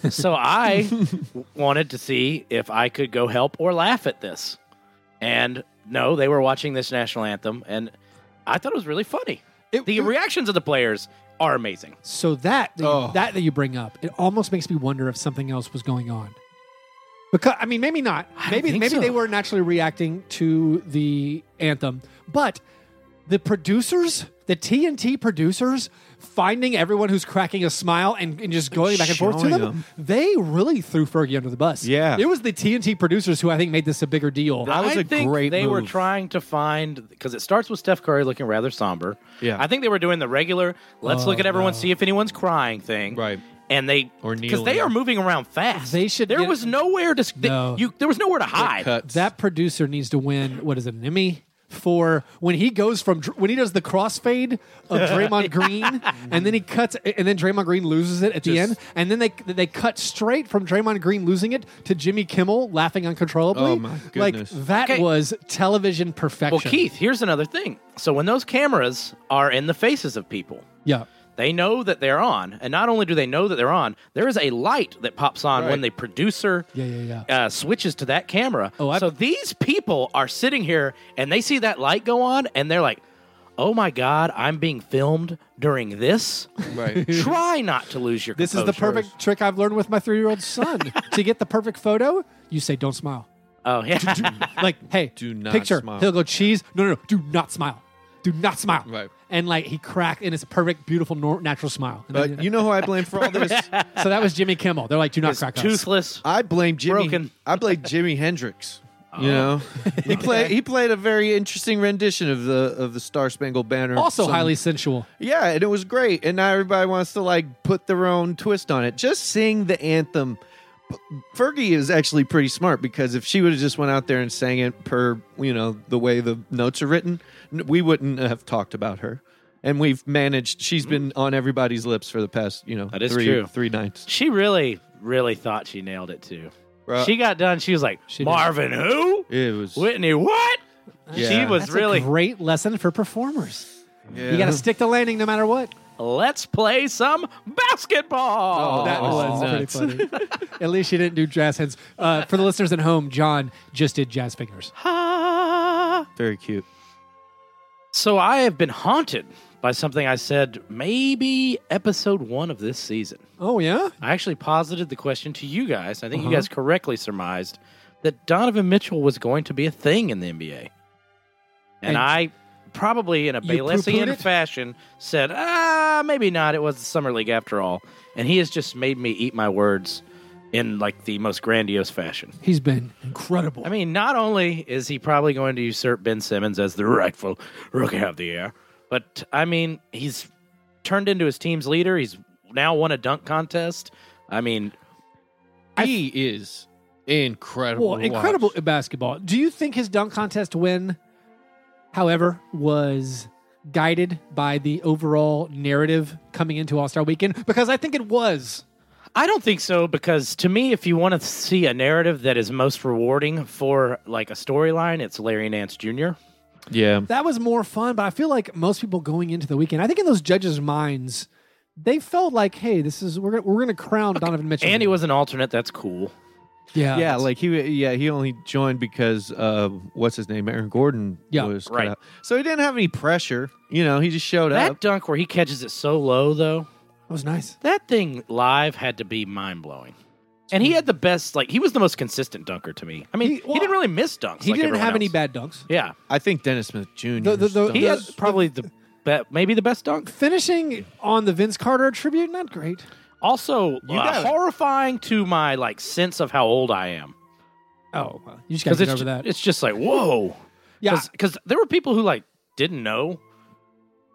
Speaker 2: so I w- wanted to see if I could go help or laugh at this, and no, they were watching this national anthem, and I thought it was really funny.
Speaker 1: It-
Speaker 2: the reactions of the players are amazing.
Speaker 1: So that that,
Speaker 3: Oh.
Speaker 1: you, that that you bring up, it almost makes me wonder if something else was going on. Because I mean, maybe not.
Speaker 2: don't
Speaker 1: Maybe
Speaker 2: think
Speaker 1: maybe
Speaker 2: so.
Speaker 1: they were naturally reacting to the anthem, but the producers, the TNT producers finding everyone who's cracking a smile and, and just going back and forth to
Speaker 3: Showing
Speaker 1: them,
Speaker 3: them.
Speaker 1: they really threw Fergie under the bus.
Speaker 3: Yeah.
Speaker 1: It was the TNT producers who I think made this a bigger deal.
Speaker 3: That was
Speaker 2: I
Speaker 3: a
Speaker 2: think
Speaker 3: great
Speaker 2: They were
Speaker 3: move.
Speaker 2: trying to find because it starts with Steph Curry looking rather somber.
Speaker 3: Yeah. Oh,
Speaker 2: I think they were doing the regular. Let's look at everyone, see if anyone's crying thing.
Speaker 3: Right.
Speaker 2: And they
Speaker 3: Or
Speaker 2: because
Speaker 3: kneeling.
Speaker 2: they are moving around fast.
Speaker 1: They should
Speaker 2: There
Speaker 1: get-
Speaker 2: was nowhere to they-
Speaker 1: No.
Speaker 2: you. There was nowhere to hide.
Speaker 3: cuts.
Speaker 1: That producer needs to win. What is it, an Emmy? For when he goes from Dr- when he does the crossfade of Draymond Green, and then he cuts, and then Draymond Green loses it at the
Speaker 3: Just-
Speaker 1: end, and then they they cut straight from Draymond Green losing it to Jimmy Kimmel laughing uncontrollably.
Speaker 3: Oh, my goodness.
Speaker 1: Like that
Speaker 2: Okay.
Speaker 1: was television perfection.
Speaker 2: Well, Keith, here's another thing. So when those cameras are in the faces of people,
Speaker 1: yeah,
Speaker 2: they know that they're on, and not only do they know that they're on, there is a light that pops on
Speaker 3: Right.
Speaker 2: when the producer
Speaker 1: Yeah, yeah, yeah.
Speaker 2: Uh, switches to that camera.
Speaker 1: Oh, I-
Speaker 2: so these people are sitting here and they see that light go on, and they're like, "Oh my god, I'm being filmed during this."
Speaker 3: Right.
Speaker 2: Try not to lose your.
Speaker 1: this
Speaker 3: Oh,
Speaker 1: is the
Speaker 2: composure.
Speaker 1: perfect trick I've learned with my three year old son to get the perfect photo. You say, "Don't smile."
Speaker 2: Oh yeah.
Speaker 1: like, hey,
Speaker 3: Do not
Speaker 1: picture.
Speaker 3: smile.
Speaker 1: He'll go cheese. No, no, no. Do not smile. Do not smile.
Speaker 3: Right.
Speaker 1: And like he cracked, and it's a perfect, beautiful, nor- natural smile. And
Speaker 3: But
Speaker 1: then-
Speaker 3: you know who I blame for all this?
Speaker 1: so that was Jimmy Kimmel. They're like, do not crack us.
Speaker 2: Toothless.
Speaker 3: I blame Jimmy.
Speaker 2: Broken. Oh.
Speaker 3: I blame Jimi Hendrix. You know, he played he played a very interesting rendition of the of the Star Spangled Banner.
Speaker 1: Also
Speaker 3: Some-
Speaker 1: highly sensual.
Speaker 3: yeah, and it was great. And now everybody wants to like put their own twist on it. Just sing the anthem. P- Fergie is actually pretty smart because if she would have just went out there and sang it per you know the way the notes are written, n- we wouldn't have talked about her. And we've managed. She's been on everybody's lips for the past you know
Speaker 2: That is
Speaker 3: three
Speaker 2: true.
Speaker 3: three nights.
Speaker 2: She really, really thought she nailed it too.
Speaker 3: Bruh.
Speaker 2: she got done. She was like,
Speaker 1: She did.
Speaker 2: "Marvin, who?
Speaker 3: It was
Speaker 2: Whitney, what?" She
Speaker 3: Yeah.
Speaker 2: was
Speaker 1: That's
Speaker 2: really.
Speaker 1: a great lesson for performers.
Speaker 3: yeah.
Speaker 1: You got to stick the landing no matter what.
Speaker 2: Let's play some basketball.
Speaker 3: Oh,
Speaker 1: that was
Speaker 3: nuts.
Speaker 1: pretty funny. At least you didn't do jazz hands. Uh, for the listeners at home, John just did jazz fingers.
Speaker 2: Ah.
Speaker 3: very cute.
Speaker 2: So I have been haunted by something I said maybe episode one of this season.
Speaker 1: Oh yeah,
Speaker 2: I actually posited the question to you guys. I think
Speaker 1: Uh-huh.
Speaker 2: you guys correctly surmised that Donovan Mitchell was going to be a thing in the NBA. And,
Speaker 1: And
Speaker 2: I probably in a
Speaker 1: you poo-pooed
Speaker 2: Bayesian
Speaker 1: it?
Speaker 2: fashion said, ah, maybe not. It was the summer league after all. And he has just made me eat my words in like the most grandiose fashion.
Speaker 1: he's been incredible.
Speaker 2: I mean, not only is he probably going to usurp Ben Simmons as the rightful rookie of the year, but I mean, he's turned into his team's leader. He's now won a dunk contest. I mean,
Speaker 3: He is incredible.
Speaker 1: Well,
Speaker 3: to watch.
Speaker 1: incredible at basketball. Do you think his dunk contest win, however, was guided by the overall narrative coming into All Star Weekend? Because I think it was.
Speaker 2: I don't think so because to me, if you want to see a narrative that is most rewarding for like a storyline, it's Larry Nance Jr.
Speaker 3: Yeah.
Speaker 1: That was more fun, but I feel like most people going into the weekend, I think in those judges' minds, they felt like, "Hey, this is we're gonna, we're going to crown Donovan Mitchell."
Speaker 2: And he was an alternate. That's cool.
Speaker 1: yeah,
Speaker 3: Yeah, like he yeah, he only joined because uh what's his name? Aaron Gordon
Speaker 1: Yeah,
Speaker 3: was cut
Speaker 2: right.
Speaker 3: out. So he didn't have any pressure. You know, he just showed
Speaker 2: That
Speaker 3: up.
Speaker 2: dunk where he catches it so low, though,
Speaker 1: it was nice.
Speaker 2: that thing live had to be mind blowing. And he had the best, like, he was the most consistent dunker to me. I mean,
Speaker 1: He-
Speaker 2: he,
Speaker 1: well,
Speaker 2: didn't really miss dunks.
Speaker 1: He
Speaker 2: like
Speaker 1: didn't
Speaker 2: everyone
Speaker 1: have any
Speaker 2: else.
Speaker 1: bad dunks.
Speaker 2: Yeah.
Speaker 3: I think Dennis Smith Jr.
Speaker 1: the- the-
Speaker 2: He
Speaker 1: The-
Speaker 2: had probably the be- maybe the best dunk.
Speaker 1: Finishing on the Vince Carter tribute, not great.
Speaker 2: Also, uh,
Speaker 3: got it.
Speaker 2: horrifying to my, like, sense of how old I am.
Speaker 1: Oh, well, you just got to
Speaker 2: Because
Speaker 1: get
Speaker 2: it's,
Speaker 1: over
Speaker 2: ju-
Speaker 1: that. Ah.
Speaker 2: it's just like, whoa.
Speaker 1: yeah,
Speaker 2: Because there were people who, like, didn't know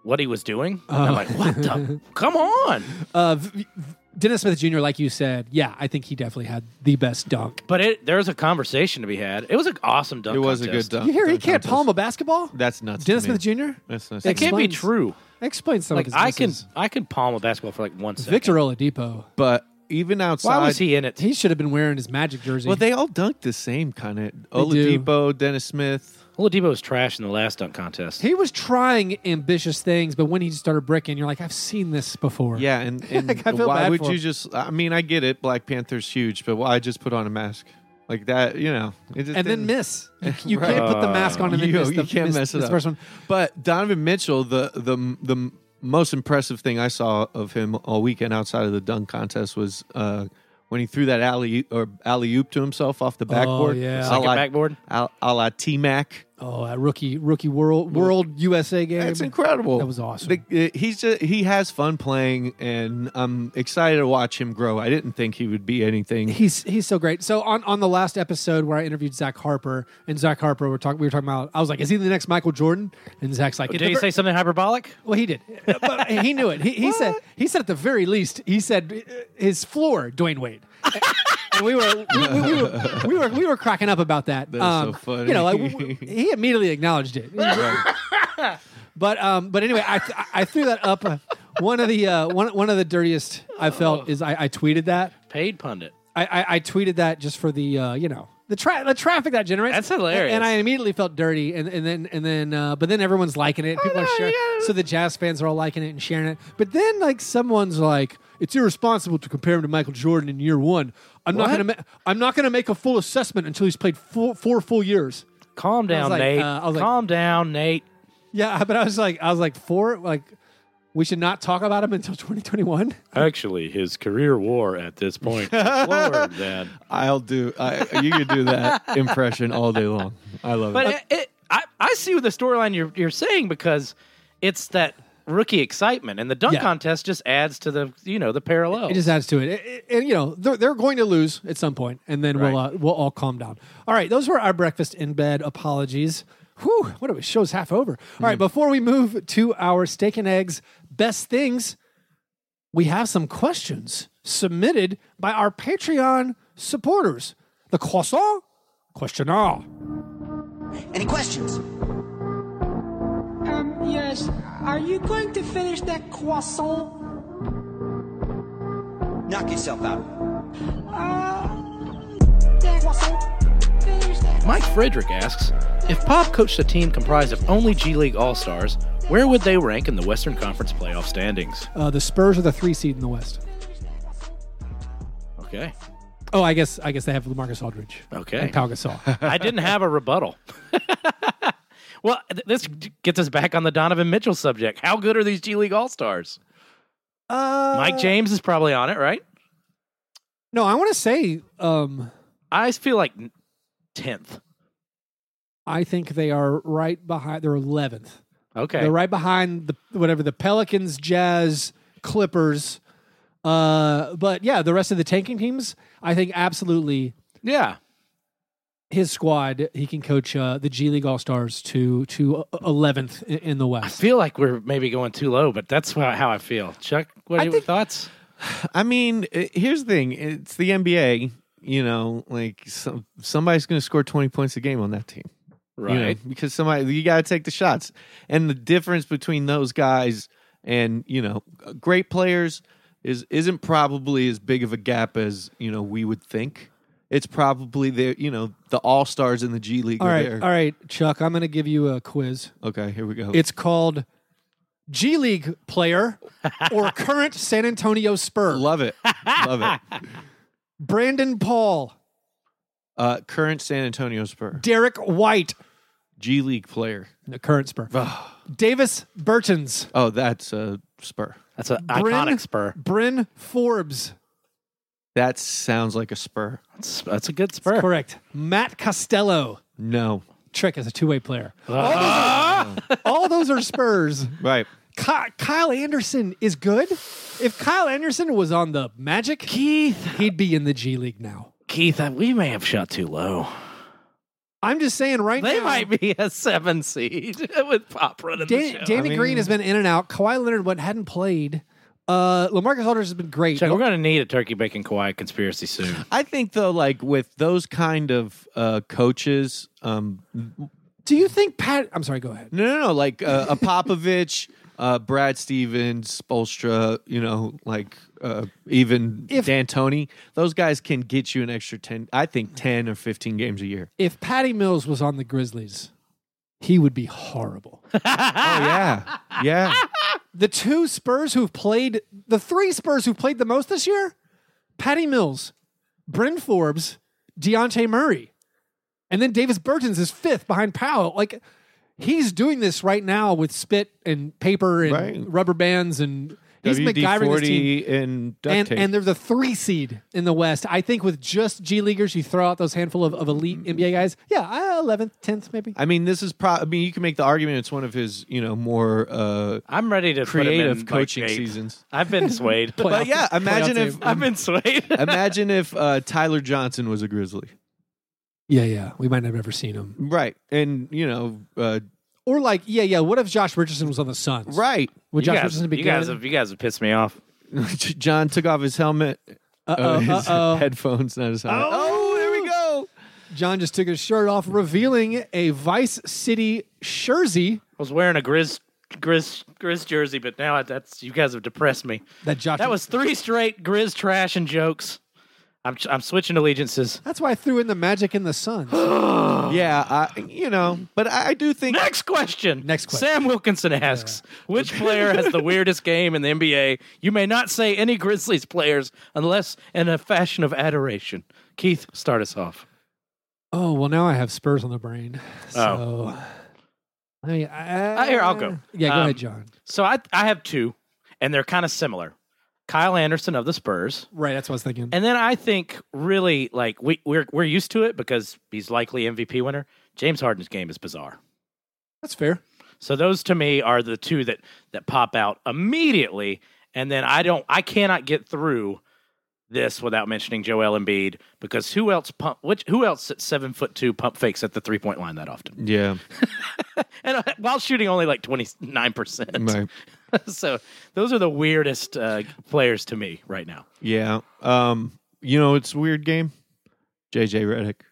Speaker 2: what he was doing. And I'm like, what the? Come on.
Speaker 1: Uh, v- v- Dennis Smith Jr., like you said, yeah, I think he definitely had the best dunk.
Speaker 2: But it, there was a conversation to be had. It was an awesome dunk.
Speaker 3: it was a good
Speaker 2: contest.
Speaker 3: dunk.
Speaker 1: You hear he
Speaker 3: dunk
Speaker 1: can't
Speaker 3: contest.
Speaker 1: palm a basketball?
Speaker 3: That's nuts.
Speaker 1: Dennis
Speaker 3: to me.
Speaker 1: Smith Jr.?
Speaker 3: That's nuts.
Speaker 2: That
Speaker 3: to me.
Speaker 2: can't be
Speaker 1: Explains-
Speaker 2: true.
Speaker 1: Explain some
Speaker 2: Like
Speaker 1: of his
Speaker 2: I can,
Speaker 1: misses.
Speaker 2: I can palm a basketball for like one second.
Speaker 1: Victor Oladipo.
Speaker 3: But even outside
Speaker 2: Why was he in it?
Speaker 1: He should have been wearing his magic jersey.
Speaker 3: Well, they all dunked the same kind of
Speaker 1: do.
Speaker 3: Oladipo, Dennis Smith.
Speaker 2: Oladipo was trash in the last dunk contest.
Speaker 1: he was trying ambitious things, but when he started bricking, you're like, I've seen this before.
Speaker 3: Yeah, and, and
Speaker 1: Like, I feel
Speaker 3: why
Speaker 1: bad
Speaker 3: would
Speaker 1: for
Speaker 3: you
Speaker 1: him.
Speaker 3: just I mean, I get it, Black Panther's huge, but why just put on a mask? Like that, you know. It just
Speaker 1: And then
Speaker 3: didn't-
Speaker 1: miss. You, you
Speaker 3: Right.
Speaker 1: can't put the mask on and then
Speaker 3: you,
Speaker 1: miss.
Speaker 3: you
Speaker 1: the,
Speaker 3: can't
Speaker 1: miss,
Speaker 3: mess it
Speaker 1: this
Speaker 3: up.
Speaker 1: First one.
Speaker 3: But Donovan Mitchell, the the the most impressive thing I saw of him all weekend outside of the dunk contest was uh, when he threw that alley or alley oop to himself off the backboard.
Speaker 1: Oh, yeah.
Speaker 3: a
Speaker 1: Second
Speaker 3: la-
Speaker 2: backboard?
Speaker 3: a, a la T Mac.
Speaker 1: Oh, that rookie rookie world world USA game.
Speaker 3: That's incredible.
Speaker 1: That was awesome.
Speaker 3: The- uh, he's just, he has fun playing, and I'm excited to watch him grow. I didn't think he would be anything.
Speaker 1: He's he's so great. So on, on the last episode where I interviewed Zach Harper and Zach Harper were talking we were talking about I was like, is he the next Michael Jordan? And Zach's like, "At
Speaker 2: Did
Speaker 1: the
Speaker 2: he
Speaker 1: ver-
Speaker 2: say something hyperbolic?
Speaker 1: Well, he did, but he knew it. He, he said he said at the very least he said uh, his floor, Dwayne Wade. And we were we, we- we were we were we were cracking up about that. Um,
Speaker 3: That's so funny.
Speaker 1: You know, like, w- w- he immediately acknowledged it. But um, but anyway, I th- I threw that up. One of the uh, one one of the dirtiest I
Speaker 2: Oh.
Speaker 1: felt is I, I tweeted that.
Speaker 2: Paid pundit.
Speaker 1: I, I, I tweeted that just for the uh, you know the tra- the traffic that generates.
Speaker 2: That's hilarious.
Speaker 1: And, I immediately felt dirty, and, and then and then uh, but then everyone's liking it. People are sharing. So the jazz fans are all liking it and sharing it. But then like someone's like, it's irresponsible to compare him to Michael Jordan in year one. I'm not
Speaker 2: What?
Speaker 1: gonna ma- I'm not gonna make a full assessment until he's played four, four full years.
Speaker 2: Calm down,
Speaker 1: like,
Speaker 2: Nate.
Speaker 1: uh, I was like-
Speaker 2: Calm down, Nate.
Speaker 1: Yeah, but I was like I was like four like. We should not talk about him until 2021.
Speaker 2: Actually, his career war at this point is slower than.
Speaker 3: I'll do. I, you could do that impression all day long. I love
Speaker 2: But
Speaker 3: it.
Speaker 2: it, it, I, I see the storyline you're, you're saying because it's that rookie excitement, and the dunk
Speaker 1: Yeah.
Speaker 2: contest just adds to the you know the parallel.
Speaker 1: It just adds to it. It- it- and you know they're they're going to lose at some point, and then we'll uh,
Speaker 2: Right.
Speaker 1: we'll all calm down. All right, those were our breakfast in bed apologies. Whew, what a show's half over. All right,
Speaker 2: Mm.
Speaker 1: before we move to our steak and eggs best things, we have some questions submitted by our Patreon supporters. The croissant questionnaire.
Speaker 4: Any questions?
Speaker 5: Um, yes. Are you going to finish that croissant?
Speaker 4: Knock yourself out.
Speaker 5: Uh, That croissant? Finish that.
Speaker 2: Mike Frederick asks If Pop coached a team comprised of only G League All Stars, where would they rank in the Western Conference playoff standings?
Speaker 1: Uh, the Spurs are the three seed in the West.
Speaker 2: Okay.
Speaker 1: Oh, I guess I guess they have Lamarcus Aldridge
Speaker 2: Okay.
Speaker 1: and Pau Gasol.
Speaker 2: I didn't have a rebuttal. well, th- this gets us back on the Donovan Mitchell subject. How good are these G League All Stars?
Speaker 1: uh,
Speaker 2: Mike James is probably on it, right?
Speaker 1: no, I want to say. Um,
Speaker 2: I feel like 10th.
Speaker 1: I think they are right behind. They're eleventh.
Speaker 2: Okay.
Speaker 1: They're right behind the whatever the Pelicans, Jazz, Clippers. Uh, but yeah, the rest of the tanking teams, I think absolutely
Speaker 2: Yeah.
Speaker 1: his squad. He can coach uh, the G League All Stars to to uh, eleventh in, in the
Speaker 2: I
Speaker 1: West.
Speaker 2: feel like we're maybe going too low, but that's wh- how I feel. Chuck, what are
Speaker 1: I
Speaker 2: your
Speaker 1: think-
Speaker 2: thoughts?
Speaker 3: I mean, i- here's the thing. It's the NBA. You know, like some, somebody's going to score 20 points a game on that team. you know,
Speaker 2: Right.
Speaker 3: because somebody you got to take the shots and the difference between those guys and you know great players is isn't probably as big of a gap as you know we would think it's probably the you know the all-stars in the g league
Speaker 1: All
Speaker 3: are
Speaker 1: right,
Speaker 3: there
Speaker 1: all right, Chuck. I'm going to give you a quiz.
Speaker 3: okay here we go
Speaker 1: It's called G League player or current San Antonio Spur.
Speaker 3: love it love it
Speaker 1: Brandon Paul,
Speaker 3: uh current san antonio spur
Speaker 1: Derek White,
Speaker 3: g league player
Speaker 1: the current Spur. Davis Burtons.
Speaker 3: oh that's a spur
Speaker 2: That's an
Speaker 1: Bryn-
Speaker 2: iconic spur.
Speaker 1: Bryn Forbes.
Speaker 3: that sounds like a spur
Speaker 2: That's, that's a good spur.
Speaker 1: Correct. Matt Costello.
Speaker 3: no
Speaker 1: Trick as a two way player. All those are Spurs.
Speaker 3: right
Speaker 1: Ky- Kyle Anderson is good. If Kyle Anderson was on the Magic, Keith, he'd be in the G League now.
Speaker 2: Keith, I- we may have shot too low.
Speaker 1: I'm just saying right
Speaker 2: They
Speaker 1: now.
Speaker 2: might be a seven seed with Pop running the
Speaker 1: Dan-
Speaker 2: show.
Speaker 1: Danny
Speaker 3: I mean-
Speaker 1: Green has been in and out. Kawhi Leonard what hadn't played. Uh, Lamarcus Aldridge has been great.
Speaker 2: Chuck, we're going to need a turkey bacon Kawhi conspiracy soon.
Speaker 3: i think though like with those kind of uh coaches um
Speaker 1: Do you think Pat? I'm sorry. Go ahead.
Speaker 3: No, no, no. Like uh, a Popovich, uh, Brad Stevens, Spolstra, you know, like uh, even
Speaker 1: If-
Speaker 3: D'Antoni. Those guys can get you an extra 10, I think 10 or 15 games a year.
Speaker 1: If Patty Mills was on the Grizzlies, he would be horrible.
Speaker 3: Oh, yeah. Yeah.
Speaker 1: the two Spurs who've played the three Spurs who've played the most this year, Patty Mills, Bryn Forbes, Deontay Murray, and then Davis Burton's is fifth behind Powell. Like he's doing this right now with spit and paper and
Speaker 3: Right.
Speaker 1: rubber bands and He's MacGyvering his team.
Speaker 3: WD-40 E and duct
Speaker 1: And,
Speaker 3: tape.
Speaker 1: and they're the three seed in the West. I think with just G Leaguers, you throw out those handful of, of elite NBA guys. Yeah, uh, eleventh, tenth, maybe.
Speaker 3: I mean, this is pro. I mean, you can make the argument it's one of his, you know, more. Uh,
Speaker 2: I'm ready to put him
Speaker 3: Creative
Speaker 2: in,
Speaker 3: coaching
Speaker 2: like, eighth.
Speaker 3: seasons.
Speaker 2: I've been swayed.
Speaker 1: Playoff-
Speaker 3: but yeah,
Speaker 1: playoff
Speaker 3: imagine
Speaker 1: team.
Speaker 3: if
Speaker 2: I've been swayed.
Speaker 3: imagine if uh, Tyler Johnson was a Grizzly,
Speaker 1: Yeah, yeah. We might have never seen him.
Speaker 3: right? And you know, uh,
Speaker 1: Or like, yeah, yeah. What if Josh Richardson was on the Suns?
Speaker 3: right?
Speaker 1: Would
Speaker 2: you
Speaker 1: Josh
Speaker 2: guys,
Speaker 1: Richardson be
Speaker 2: you guys,
Speaker 1: good?
Speaker 2: have, you guys have pissed me off.
Speaker 3: John took off his helmet,
Speaker 1: Uh
Speaker 3: uh,
Speaker 1: oh, uh
Speaker 3: his
Speaker 1: oh.
Speaker 3: headphones, not his helmet.
Speaker 1: Oh.
Speaker 3: Oh, there we go.
Speaker 1: John just took his shirt off, revealing a Vice City jersey
Speaker 2: I was wearing a Grizz Grizz Grizz jersey, but now I- that's you guys have depressed me.
Speaker 1: that Josh.
Speaker 2: That was three straight Grizz trash and jokes. I'm I'm switching allegiances.
Speaker 1: That's why I threw in the Magic and the Suns.
Speaker 3: Yeah, I, you know, but I, I do think
Speaker 2: Next question.
Speaker 1: Next question.
Speaker 2: Sam Wilkinson asks, which player has the weirdest game in the NBA? You may not say any Grizzlies players unless in a fashion of adoration. Keith, start us off.
Speaker 1: oh well, now I have Spurs on the brain. So. I mean, I,
Speaker 2: Oh. Uh, here, I'll go.
Speaker 1: Yeah, go
Speaker 2: Um,
Speaker 1: ahead, John.
Speaker 2: So I I have two, and they're kind of similar. Kyle Anderson of the Spurs.
Speaker 1: Right, that's what I was thinking.
Speaker 2: And then I think really like we, we're we're used to it because he's likely MVP winner. James Harden's game is bizarre.
Speaker 1: that's fair.
Speaker 2: So those to me are the two that that pop out immediately. And then I don't I cannot get through this without mentioning Joel Embiid because who else pump which who else at seven foot two pump fakes at the three point line that often?
Speaker 3: Yeah,
Speaker 2: And uh, while shooting only like twenty nine percent.
Speaker 3: right.
Speaker 2: So those are the weirdest uh, players to me right now.
Speaker 3: Yeah. Um, you know, it's a weird game. JJ Reddick.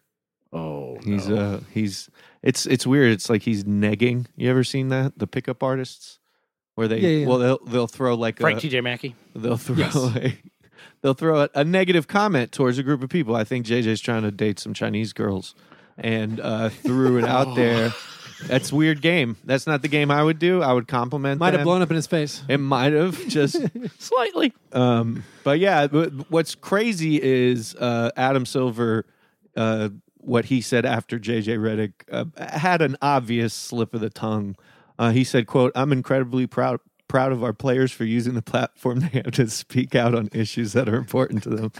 Speaker 2: Oh,
Speaker 3: He's uh he's it's it's weird. It's like he's negging. You ever seen that? The pickup artists? Where they
Speaker 1: Yeah, yeah.
Speaker 3: well they'll they'll throw like
Speaker 2: Frank
Speaker 3: a
Speaker 2: TJ Mackey.
Speaker 3: they'll throw
Speaker 1: Yes.
Speaker 3: a, they'll throw a, a negative comment towards a group of people. I think JJ's trying to date some Chinese girls and uh threw it
Speaker 2: Oh.
Speaker 3: out there. That's weird game. That's not the game I would do. I would compliment
Speaker 1: Might have
Speaker 3: them.
Speaker 1: blown up in his face.
Speaker 3: it might have just
Speaker 2: Slightly.
Speaker 3: um, but yeah, but what's crazy is uh, Adam Silver, uh, what he said after JJ Redick uh, had an obvious slip of the tongue. Uh, he said, "quote I'm incredibly proud." Proud of our players for using the platform they have to speak out on issues that are important to them.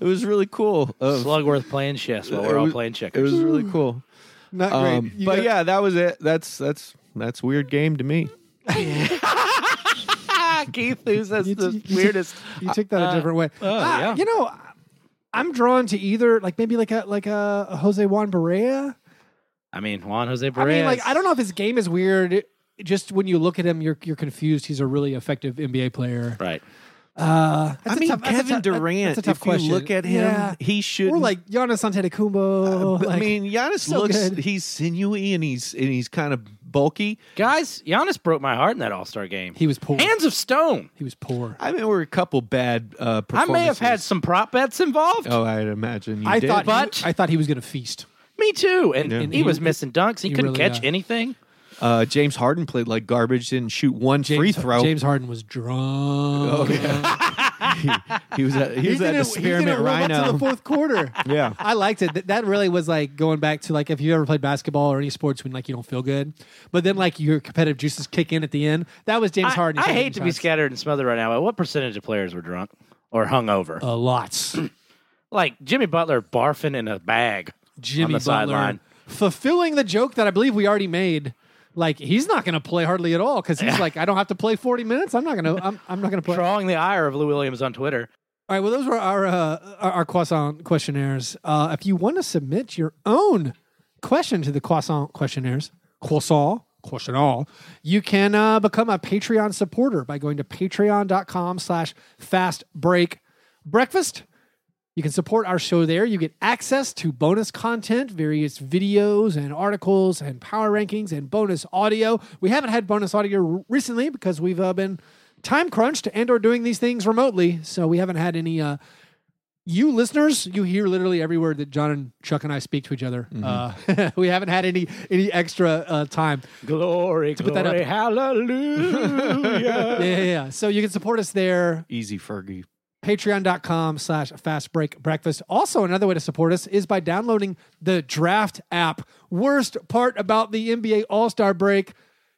Speaker 3: It was really cool. Of-
Speaker 2: Slugworth playing chess while
Speaker 3: it
Speaker 2: we're all
Speaker 3: was-
Speaker 2: playing
Speaker 3: It
Speaker 2: checkers.
Speaker 3: was really cool.
Speaker 1: Not great.
Speaker 3: Um,
Speaker 1: You
Speaker 3: but
Speaker 1: got-
Speaker 3: yeah, that was it. That's that's that's weird game to me.
Speaker 2: ah, Keith, who says
Speaker 1: You- you-
Speaker 2: the
Speaker 1: you-
Speaker 2: weirdest?
Speaker 1: you took that a different way. Ah,
Speaker 2: yeah.
Speaker 1: You know, I'm drawn to either like maybe like a like a, a Jose Juan Barea.
Speaker 2: I mean, Juan Jose
Speaker 1: I
Speaker 2: Perez.
Speaker 1: mean, like I don't know if his game is weird. Just when you look at him, you're you're confused. He's a really effective NBA player.
Speaker 2: Right.
Speaker 1: Uh, that's
Speaker 3: I
Speaker 1: a
Speaker 3: mean,
Speaker 1: tough- that's a
Speaker 3: Kevin
Speaker 1: tough- that-
Speaker 3: Durant.
Speaker 1: That's a tough
Speaker 3: if
Speaker 1: question.
Speaker 3: you look at him,
Speaker 1: Yeah.
Speaker 3: he should
Speaker 1: or like Giannis Antetokounmpo.
Speaker 3: But,
Speaker 1: Oh, like,
Speaker 3: I mean, Giannis
Speaker 1: so
Speaker 3: looks
Speaker 1: good.
Speaker 3: he's sinewy and he's and he's kind of bulky.
Speaker 2: Guys, Giannis broke my heart in that All Star game.
Speaker 1: he was poor.
Speaker 2: Hands of stone.
Speaker 1: he was poor.
Speaker 3: I mean, there were a couple bad uh,
Speaker 2: I
Speaker 3: performances.
Speaker 2: may have had some prop bets involved.
Speaker 3: Oh, I'd imagine. You
Speaker 1: I
Speaker 3: did.
Speaker 1: thought,
Speaker 2: But-
Speaker 1: he, I thought he was going to feast.
Speaker 2: Me too. And,
Speaker 1: And
Speaker 2: he,
Speaker 1: he-
Speaker 2: was missing dunks. He,
Speaker 1: he
Speaker 2: couldn't
Speaker 1: really,
Speaker 2: catch
Speaker 1: uh,
Speaker 2: anything.
Speaker 3: uh, James Harden played like garbage. Didn't shoot one
Speaker 1: James,
Speaker 3: free throw. Oh,
Speaker 1: James Harden was drunk.
Speaker 3: he was at he, was at
Speaker 1: didn't-
Speaker 3: experiment
Speaker 1: didn't warm up to
Speaker 3: Rhino.
Speaker 1: the fourth quarter.
Speaker 3: Yeah.
Speaker 1: I liked it. Th- That really was like going back to like if you ever played basketball or any sports when like you don't feel good, but then like your competitive juices kick in at the end. That was James
Speaker 2: I,
Speaker 1: Harden.
Speaker 2: I hate to be scattered and smothered right now. but What percentage of players were drunk or hungover?
Speaker 1: Uh, lots.
Speaker 2: like Jimmy Butler barfing in a bag on
Speaker 1: Jimmy
Speaker 2: the
Speaker 1: Butler
Speaker 2: sideline.
Speaker 1: fulfilling the joke that I believe we already made. Like he's not going to play hardly at all because he's like I don't have to play forty minutes. I'm not going to. I'm, I'm not going to play.
Speaker 2: Drawing the ire of Lou Williams on Twitter.
Speaker 1: All right. Well, those were our uh, our, our croissant questionnaires. Uh, if you want to submit your own question to the croissant questionnaires, croissant questionnaire, you can uh, become a Patreon supporter by going to patreon.com/slash fast break breakfast. You can support our show there. You get access to bonus content, various videos and articles, and power rankings and bonus audio. We haven't had bonus audio r- recently because we've uh, been time crunched and or doing these things remotely, so we haven't had any. Uh, you listeners, you hear literally every word that John and Chuck and I speak to each other. Uh, we haven't had any any extra uh, time.
Speaker 2: Glory,
Speaker 1: that
Speaker 2: glory,
Speaker 1: up.
Speaker 2: hallelujah.
Speaker 1: Yeah, yeah, yeah. So you can support us there.
Speaker 3: Easy Fergie.
Speaker 1: patreon.com slash fast break breakfast also another way to support us is by downloading the draft app worst part about the nba all-star break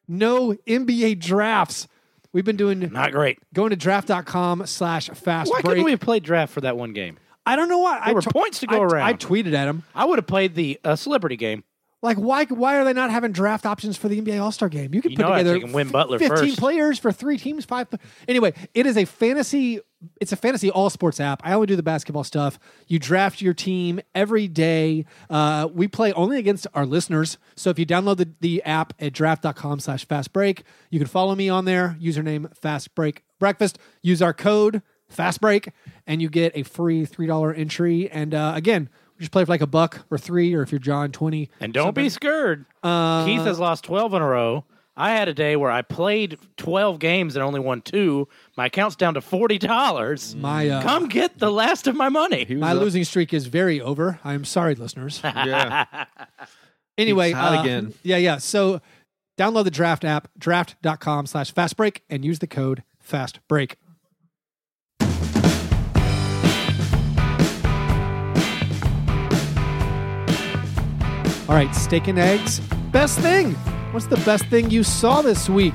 Speaker 1: no nba drafts We've been doing
Speaker 2: Not great.
Speaker 1: going to draft.com slash fast
Speaker 2: Why
Speaker 1: break.
Speaker 2: couldn't we have played draft for that one game?
Speaker 1: I don't know why. I
Speaker 2: were
Speaker 1: t-
Speaker 2: points to go
Speaker 1: I-
Speaker 2: around.
Speaker 1: I tweeted at him.
Speaker 2: I would have played the uh, celebrity game.
Speaker 1: Like, why why are they not having draft options for the NBA All Star game? You could
Speaker 2: You
Speaker 1: put
Speaker 2: know I'd
Speaker 1: together
Speaker 2: take Win Butler
Speaker 1: 15
Speaker 2: first.
Speaker 1: players for three teams, five. pla- Anyway, it is a fantasy. It's a fantasy all sports app. I only do the basketball stuff. You draft your team every day. Uh, we play only against our listeners. So if you download the, the app at draft.com slash fast break, you can follow me on there. Username fast break breakfast. Use our code fast break and you get a free $3 entry. And uh, again, we just play for like a buck or three, or if you're John, 20.
Speaker 2: And don't be scared. Keith has lost 12 in a row. I had a day where I played 12 games and only won two. My account's down to $40.
Speaker 1: My, uh,
Speaker 2: Come get the last of my money.
Speaker 1: My losing streak is very over. I'm sorry, listeners.
Speaker 3: Yeah.
Speaker 1: Anyway, uh,
Speaker 3: It's hot again.
Speaker 1: Yeah, yeah. So download the draft app, draft.com slash fastbreak, and use the code fastbreak. All right, steak and eggs. Best thing. What's the best thing you saw this week?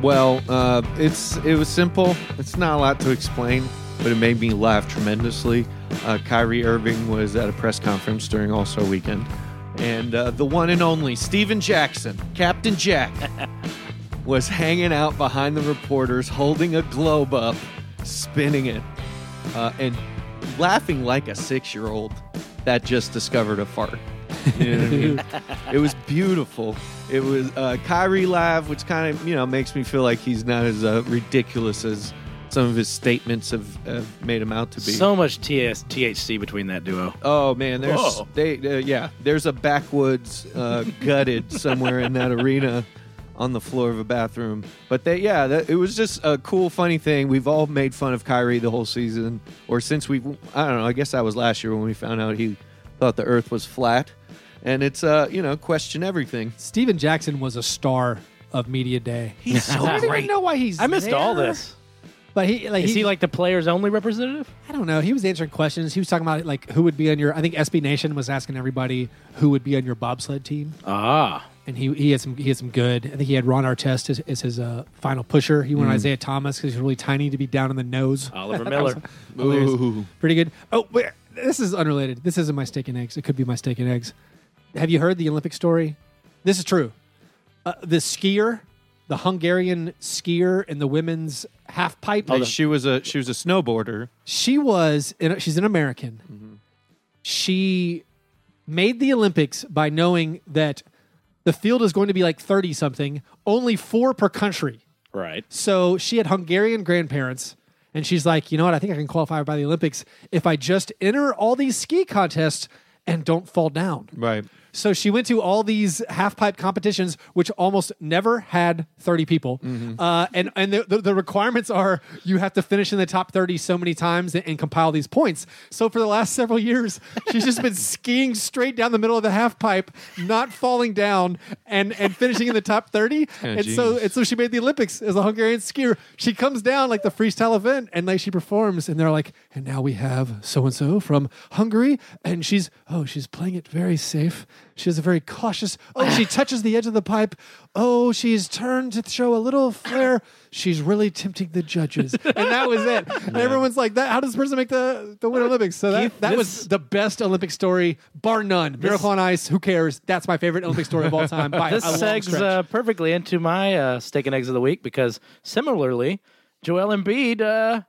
Speaker 3: Well, uh, it's it was simple. It's not a lot to explain, but it made me laugh tremendously. Uh, Kyrie Irving was at a press conference during All Star Weekend, and uh, the one and only Steven Jackson, Captain Jack, was hanging out behind the reporters, holding a globe up, spinning it, uh, and laughing like a six year old that just discovered a fart. You know what I mean? it was beautiful. It was uh, Kyrie live, which kind of you know makes me feel like he's not as uh, ridiculous as some of his statements have, have made him out to be.
Speaker 2: So much TS, THC between that duo.
Speaker 3: oh man, there's
Speaker 2: Whoa.
Speaker 3: they uh, yeah, there's a backwoods uh, gutted somewhere in that arena on the floor of a bathroom. But they yeah, that, it was just a cool, funny thing. We've all made fun of Kyrie the whole season, or since we I don't know. I guess that was last year when we found out he thought the Earth was flat. And it's uh, you know, question everything.
Speaker 1: Steven Jackson was a star of Media Day.
Speaker 3: He's so
Speaker 1: I don't even know why he's
Speaker 2: I missed all
Speaker 1: there,
Speaker 2: this.
Speaker 1: But he like
Speaker 2: Is he like the players only representative?
Speaker 1: I don't know. He was answering questions. He was talking about like who would be on your. I think SB Nation was asking everybody who would be on your bobsled team,
Speaker 2: Ah.
Speaker 1: and he he had some he had some good. I think he had Ron Artest as, as his uh, final pusher. He went Isaiah Thomas because he's really tiny to be down in the nose.
Speaker 2: Oliver Miller.
Speaker 1: Hilarious.
Speaker 3: Ooh.
Speaker 1: Pretty good. Oh, wait, this is unrelated. This isn't my steak and eggs. It could be my steak and eggs. Have you heard the Olympic story? This is true. Uh, the skier, the Hungarian skier in the women's half pipe.
Speaker 3: Like she was a she was a snowboarder.
Speaker 1: she was she's an american she made the olympics by knowing that the field is going to be like 30 something only four per country
Speaker 2: Right.
Speaker 1: so she had hungarian grandparents and she's like you know what i think i can qualify by the olympics if i just enter all these ski contests and don't fall down
Speaker 3: Right.
Speaker 1: so she went to all these half pipe competitions, which almost never had 30 people. Uh, and and the, the, the requirements are you have to finish in the top 30 so many times and, and compile these points. So for the last several years, she's just been skiing straight down the middle of the half pipe, not falling down, and, and finishing in the top 30. and so
Speaker 3: genius.
Speaker 1: and so she made the Olympics as a Hungarian skier. She comes down like the freestyle event and like she performs, and they're like, and now we have so and so from Hungary, and she's oh she's playing it very safe. She is a very cautious. Oh, she touches the edge of the pipe. Oh, she's turned to show a little flair. She's really tempting the judges, and that was it. And everyone's like, that. How does this person make the the Winter Olympics? So that,
Speaker 2: Keith,
Speaker 1: that
Speaker 2: this-
Speaker 1: was the best Olympic story, bar none. Miracle on Ice. Who cares? That's my favorite Olympic story of all time. By
Speaker 2: This
Speaker 1: a long
Speaker 2: segs
Speaker 1: stretch.
Speaker 2: uh, perfectly into my uh, steak and eggs of the week because similarly, Joel Embiid uh,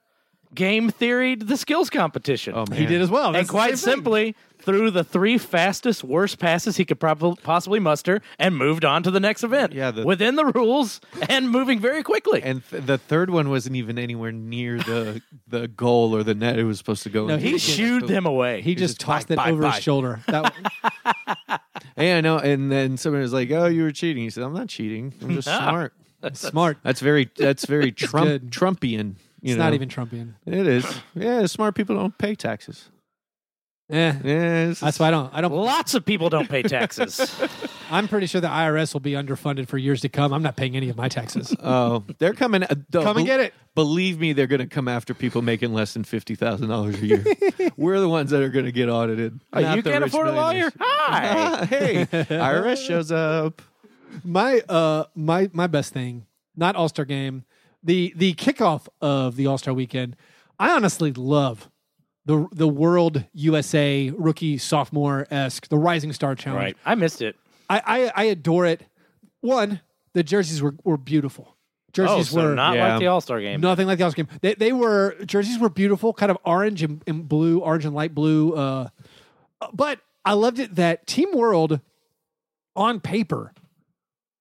Speaker 2: game theoried the skills competition.
Speaker 3: Oh man.
Speaker 1: he did as well. That's
Speaker 2: and
Speaker 1: the same
Speaker 2: quite
Speaker 1: thing.
Speaker 2: simply threw the three fastest, worst passes he could probably possibly muster and moved on to the next event.
Speaker 3: Yeah, the-
Speaker 2: within the rules and moving very quickly.
Speaker 3: And th- the third one wasn't even anywhere near the the goal or the net it was supposed to go.
Speaker 1: No,
Speaker 3: in.
Speaker 2: he shooed them away.
Speaker 1: He just,
Speaker 3: just
Speaker 1: tossed
Speaker 3: bye,
Speaker 1: it
Speaker 3: bye,
Speaker 1: over
Speaker 3: bye.
Speaker 1: his shoulder. That,
Speaker 3: Hey, I know. And then somebody was like, "Oh, you were cheating." He said, "I'm not cheating. I'm just smart."
Speaker 1: smart.
Speaker 3: That's very that's very Trump
Speaker 1: good.
Speaker 3: Trumpian. You
Speaker 1: It's
Speaker 3: know?
Speaker 1: not even Trumpian.
Speaker 3: It is. Yeah, smart people don't pay taxes.
Speaker 1: Eh,
Speaker 3: Yeah, it's-
Speaker 1: that's why I don't. I don't.
Speaker 2: Lots of people don't pay taxes.
Speaker 1: I'm pretty sure the IRS will be underfunded for years to come. I'm not paying any of my taxes.
Speaker 3: Oh, they're coming. Uh, the-
Speaker 1: Come and get it.
Speaker 3: Believe me, they're going to come after people making less than fifty thousand dollars a year. We're the ones that are going to get audited.
Speaker 1: Uh,
Speaker 3: not
Speaker 2: you
Speaker 3: the
Speaker 2: can't
Speaker 3: rich
Speaker 2: afford a lawyer?
Speaker 3: millionaires.
Speaker 2: Hi.
Speaker 3: Ah, hey, IRS shows up.
Speaker 1: my uh, my my best thing not All Star Game, the the kickoff of the All Star Weekend. I honestly love the the World USA Rookie Sophomore esque the Rising Star Challenge.
Speaker 2: Right. I missed it.
Speaker 1: I, I I adore it. One, the jerseys were were beautiful.
Speaker 2: Oh,
Speaker 1: Jerseys
Speaker 2: so
Speaker 1: were
Speaker 2: not
Speaker 3: Yeah.
Speaker 2: like the All Star game.
Speaker 1: Nothing like the All Star game. They they were jerseys were beautiful, kind of orange and, and blue, orange and light blue. Uh, but I loved it that Team World on paper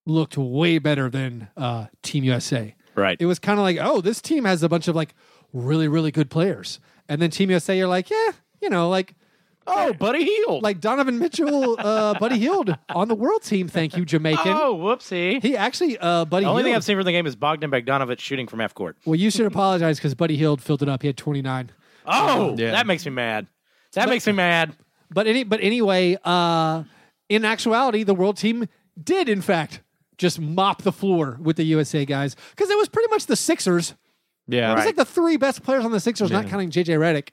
Speaker 1: looked way better than uh, Team USA.
Speaker 2: Right.
Speaker 1: It was kind of like, oh, this team has a bunch of like really really good players, and then Team USA, you're like, yeah, you know, like
Speaker 2: oh, Buddy Healed.
Speaker 1: like Donovan Mitchell, uh, Buddy Hield on the world team. Thank you, Jamaican.
Speaker 2: oh, whoopsie.
Speaker 1: He actually, uh, Buddy.
Speaker 2: the only thing
Speaker 1: Hield-
Speaker 2: I've seen from the game is Bogdan Bogdanovic shooting from half court.
Speaker 1: Well, you should apologize because Buddy Hield filled it up. He had 29.
Speaker 2: Oh,
Speaker 3: Yeah.
Speaker 2: that makes me mad. That makes me mad.
Speaker 1: But any, but anyway, uh, in actuality, the world team did in fact just mop the floor with the USA guys because it was pretty much the Sixers.
Speaker 3: Yeah.
Speaker 1: It was
Speaker 2: Right.
Speaker 1: like the three best players on the Sixers, not counting JJ Redick.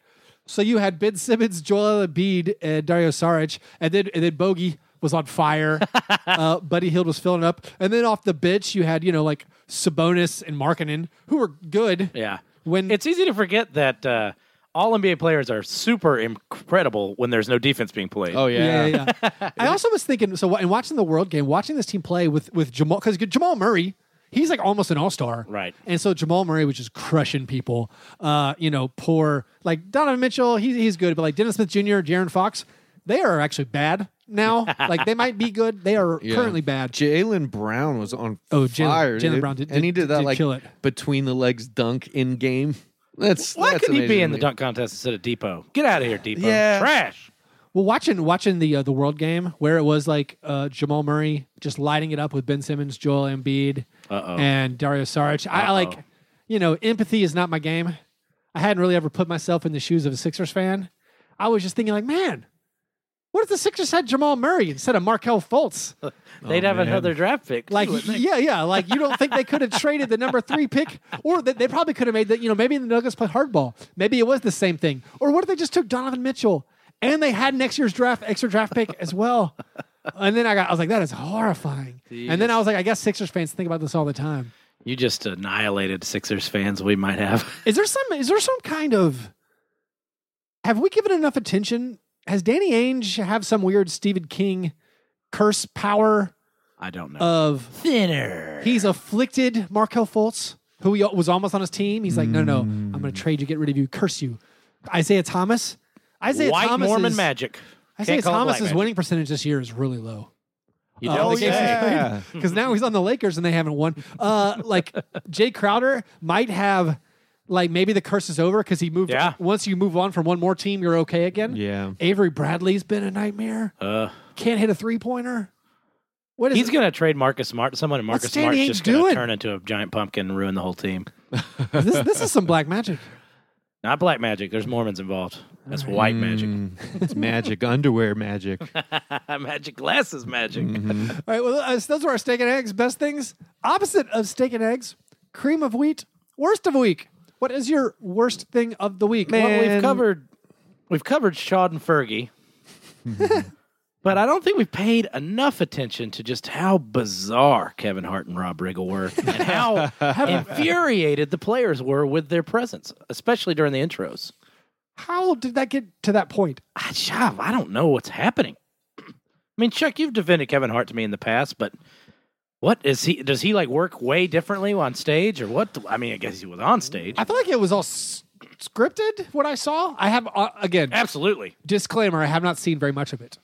Speaker 1: So you had Ben Simmons, Joel Embiid, and Dario Saric, and then and then Bogey was on fire. uh, Buddy Hield was filling up, and then off the bench you had you know like Sabonis and Markkinen who were good.
Speaker 2: Yeah.
Speaker 1: When
Speaker 2: It's easy to forget that uh, all NBA players are super incredible when there's no defense being played.
Speaker 3: Oh
Speaker 1: yeah,
Speaker 3: yeah.
Speaker 1: yeah. yeah. I also was thinking so in watching the World Game, watching this team play with with Jamal because Jamal Murray, he's like almost an all star,
Speaker 2: Right.
Speaker 1: And so Jamal Murray was just crushing people. Uh, you know, poor like Donovan Mitchell, he's he's good, but like Dennis Smith Jr., Jaron Fox, they are actually bad now. like they might be good, they are
Speaker 3: Yeah.
Speaker 1: currently bad.
Speaker 3: Jalen Brown was on
Speaker 1: Oh, Jalen-
Speaker 3: fire.
Speaker 1: Jalen
Speaker 3: dude.
Speaker 1: Brown did-
Speaker 3: and he
Speaker 1: did-
Speaker 3: did that
Speaker 1: did
Speaker 3: like
Speaker 1: kill it.
Speaker 3: between the legs dunk in game. That's
Speaker 2: Why
Speaker 3: that's
Speaker 2: couldn't he be
Speaker 3: amazing
Speaker 2: in the
Speaker 3: to me.
Speaker 2: dunk contest instead of Depot? Get out of here, Depot.
Speaker 3: Yeah.
Speaker 2: Trash.
Speaker 1: Well, watching watching the uh, the World Game where it was like uh, Jamal Murray just lighting it up with Ben Simmons, Joel Embiid,
Speaker 2: Uh-oh.
Speaker 1: and Dario Saric. I, I like, you know, empathy is not my game. I hadn't really ever put myself in the shoes of a Sixers fan. I was just thinking like, man, what if the Sixers had Jamal Murray instead of Markel Fultz?
Speaker 3: Oh,
Speaker 2: They'd have another draft pick.
Speaker 1: Like,
Speaker 2: too, wouldn't they?
Speaker 1: yeah, yeah. Like, you don't think they could have traded the number three pick, or that they probably could have made that. You know, maybe the Nuggets play hardball. Maybe it was the same thing. Or what if they just took Donovan Mitchell and they had next year's draft extra draft pick as well? And then I got, I was like, that is horrifying. And then I was like, I guess Sixers fans think about this all the time.
Speaker 2: you just annihilated Sixers fans. We might have.
Speaker 1: Is there some? Is there some kind of? Have we given enough attention? Has Danny Ainge have some weird Stephen King curse power
Speaker 2: I don't
Speaker 3: Uh,
Speaker 2: know.
Speaker 1: of
Speaker 2: Thinner.
Speaker 1: He's afflicted Markel Fultz, who he was almost on his team. He's like, no, no, I'm going to trade you, get rid of you, curse you. Isaiah Thomas. Isaiah
Speaker 2: White
Speaker 1: Thomas
Speaker 2: Mormon
Speaker 1: is,
Speaker 2: magic.
Speaker 1: Isaiah
Speaker 2: Can't call it
Speaker 1: Thomas's
Speaker 2: black magic. Oh,
Speaker 1: winning percentage this year is really low.
Speaker 2: You
Speaker 1: Uh,
Speaker 2: don't
Speaker 1: the
Speaker 2: say.
Speaker 1: games
Speaker 3: Oh, yeah.
Speaker 1: because now he's on the Lakers and they haven't won. Uh, like Jay Crowder might have, like maybe the curse is over because he moved.
Speaker 2: Yeah.
Speaker 1: Once you move on from one more team, you're okay again.
Speaker 3: Yeah.
Speaker 1: Avery Bradley's been a nightmare.
Speaker 2: Uh,
Speaker 1: Can't hit a three pointer. What is
Speaker 2: he's
Speaker 1: it?
Speaker 2: going to trade Marcus Smart. Someone and Marcus
Speaker 1: What's
Speaker 2: Smart's
Speaker 1: Danny
Speaker 2: just
Speaker 1: Ainge
Speaker 2: going
Speaker 1: doing?
Speaker 2: to turn into a giant pumpkin and ruin the whole team.
Speaker 1: This, this is some black magic.
Speaker 2: Not black magic. There's Mormons involved. That's white magic.
Speaker 3: It's magic underwear magic.
Speaker 2: magic glasses magic.
Speaker 1: Mm-hmm. All right, well, uh, so those were our steak and eggs. Best things. Opposite of steak and eggs, cream of wheat. Worst of week. What is your worst thing of the week?
Speaker 2: Well, we've
Speaker 3: And-
Speaker 2: covered we've covered Shod and Fergie. but I don't think we've paid enough attention to just how bizarre Kevin Hart and Rob Riggle were and how infuriated the players were with their presence, especially during the intros.
Speaker 1: How did that get to that point?
Speaker 2: I, Shav, I don't know what's happening. I mean, Chuck, you've defended Kevin Hart to me in the past, but what is he? Does he like work way differently on stage, or what? do- I mean, I guess he was on stage.
Speaker 1: I feel like it was all s- scripted. What I saw, I have uh, again
Speaker 2: Absolutely,
Speaker 1: disclaimer: I have not seen very much of it,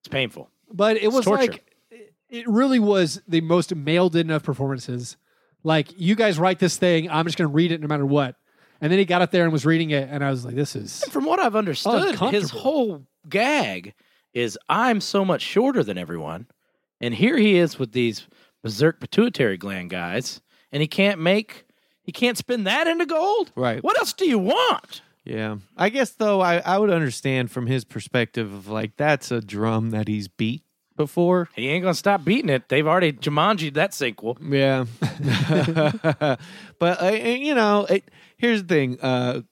Speaker 2: it's painful.
Speaker 1: but it was
Speaker 2: torture.
Speaker 1: like it- it really was the most mailed in of performances. Like you guys write this thing, I'm just going to read it no matter what. And then he got up there and was reading it, and I was like, "This is
Speaker 2: From what I've understood, his
Speaker 1: Uncomfortable.
Speaker 2: whole gag is I'm so much shorter than everyone. And here he is with these berserk pituitary gland guys, and he can't make he can't spin that into gold.
Speaker 3: Right.
Speaker 2: What else do you want?
Speaker 3: Yeah. I guess though I, I would understand from his perspective of like that's a drum that he's beat before.
Speaker 2: He ain't gonna stop beating it. They've already Jumanji that sequel.
Speaker 3: Yeah. but uh, you know, it, here's the thing. Uh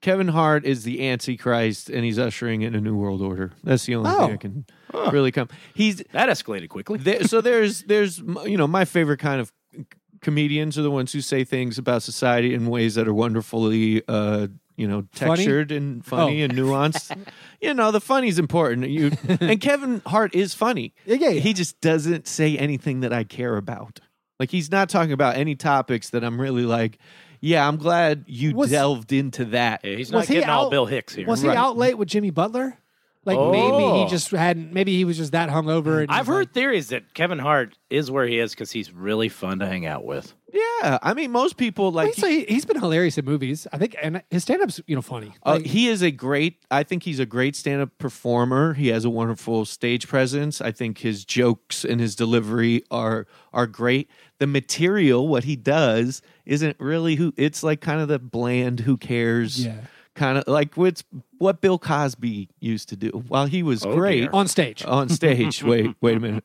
Speaker 3: Kevin Hart is the Antichrist, and he's ushering in a new world order. That's the only
Speaker 1: Oh.
Speaker 3: thing I can really come. He's
Speaker 2: That escalated quickly.
Speaker 3: there, so there's there's m- you know my favorite kind of c- comedians are the ones who say things about society in ways that are wonderfully, uh, you know,
Speaker 1: Funny?
Speaker 3: textured and funny
Speaker 1: Oh.
Speaker 3: and nuanced. you know, the funny's important. You and Kevin Hart is funny.
Speaker 1: Yeah, yeah, yeah.
Speaker 3: He just doesn't say anything that I care about. Like he's not talking about any topics that I'm really like. Yeah, I'm glad you
Speaker 1: Was-
Speaker 3: delved into that.
Speaker 2: Yeah, he's
Speaker 1: Was
Speaker 2: not
Speaker 1: he
Speaker 2: getting all
Speaker 1: out-
Speaker 2: Bill Hicks here.
Speaker 1: Was he
Speaker 3: Right.
Speaker 1: out late with Jimmy Butler? Like
Speaker 2: Oh.
Speaker 1: maybe he just hadn't. Maybe he was just that hungover. And
Speaker 2: I've heard theories that Kevin Hart is where he is because he's really fun to hang out with.
Speaker 3: Yeah, I mean, most people like.
Speaker 1: So he, he's been hilarious in movies. I think, and his stand-up's you know funny.
Speaker 3: Uh,
Speaker 2: Oh.
Speaker 1: Like,
Speaker 3: he is a great. I think he's a great stand-up performer. He has a wonderful stage presence. I think his jokes and his delivery are are great. The material, what he does, isn't really who. It's like kind of the bland. Who cares?
Speaker 1: Yeah.
Speaker 3: Kind of like what's what Bill Cosby used to do. While he was great,
Speaker 2: Oh, dear.
Speaker 1: on stage.
Speaker 2: Oh.
Speaker 3: on stage. wait, wait a minute.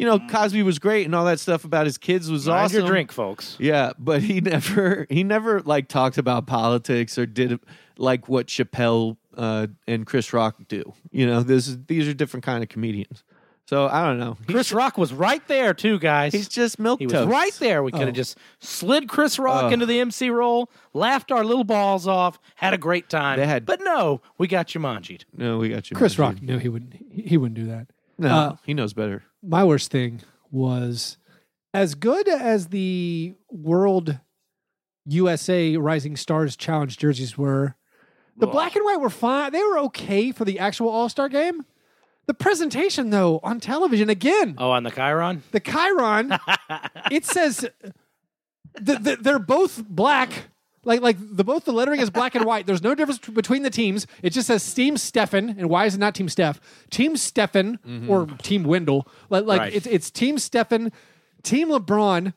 Speaker 3: You know, Cosby was great, and all that stuff about his kids was
Speaker 2: Mind
Speaker 3: awesome.
Speaker 2: your drink, folks.
Speaker 3: Yeah, but he never he never like talked about politics or did like what Chappelle uh, and Chris Rock do. You know, this is, these are different kind of comedians. So I don't know. He-
Speaker 2: Chris Rock was right there too, guys.
Speaker 3: he's just milk
Speaker 2: he was
Speaker 3: toast.
Speaker 2: right there. We could have just slid Chris Rock into the MC role, laughed our little balls off, had a great time.
Speaker 3: They had-
Speaker 2: but no, we got Jumanji.
Speaker 3: No, we got you.
Speaker 1: Chris
Speaker 3: Manjeet.
Speaker 1: Rock knew he wouldn't. He he wouldn't do that.
Speaker 3: No,
Speaker 1: Uh,
Speaker 3: he knows better.
Speaker 1: my worst thing was as good as the world USA Rising Stars Challenge jerseys were. The black and white were fine. They were okay for the actual All Star game. The presentation, though, on television again,
Speaker 2: Oh, on the Chiron.
Speaker 1: the Chiron, it says th- th- they're both black. Like, like the both the lettering is black and white. There's no difference t- between the teams. It just says Team Stefan, and why is it not Team Steph? Team Stefan or Team Wendell. Like, like
Speaker 2: Right.
Speaker 1: it's it's Team Stefan, Team LeBron.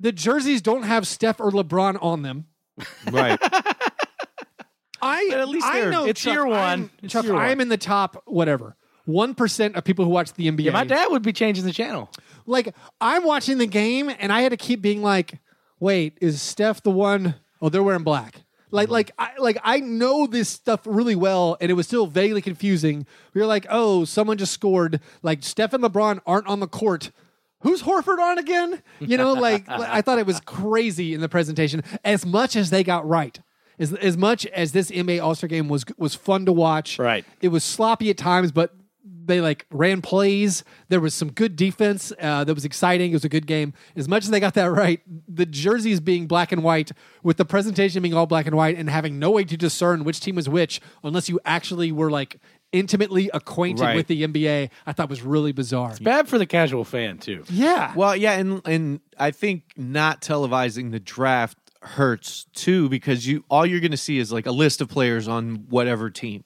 Speaker 1: The jerseys don't have Steph or LeBron on them.
Speaker 3: Right.
Speaker 1: I
Speaker 3: But at least
Speaker 1: I
Speaker 3: they're-
Speaker 1: know
Speaker 2: it's
Speaker 1: Chuck,
Speaker 2: year one.
Speaker 1: I'm-
Speaker 2: It's
Speaker 1: Chuck,
Speaker 2: year one.
Speaker 1: I am in the top whatever one percent of people who watch the NBA.
Speaker 2: Yeah, my dad would be changing the channel.
Speaker 1: like I'm watching the game and I had to keep being like, wait, is Steph the one? Oh, they're wearing black. Like, like, I, like I know this stuff really well, and it was still vaguely confusing. We were like, "Oh, someone just scored." Like Steph and LeBron aren't on the court. Who's Horford on again? You know, like like, I thought it was crazy in the presentation. As much as they got right, as as much as this NBA All Star game was was fun to watch,
Speaker 2: Right.
Speaker 1: it was sloppy at times, but they like ran plays. There was some good defense uh, that was exciting. It was a good game. As much as they got that right, the jerseys being black and white, with the presentation being all black and white, and having no way to discern which team was which unless you actually were like intimately acquainted
Speaker 3: Right.
Speaker 1: with the NBA, I thought was really bizarre.
Speaker 2: Bad for the casual fan too.
Speaker 1: Yeah.
Speaker 3: Well, yeah, and and I think not televising the draft hurts too because you all you're going to see is like a list of players on whatever team.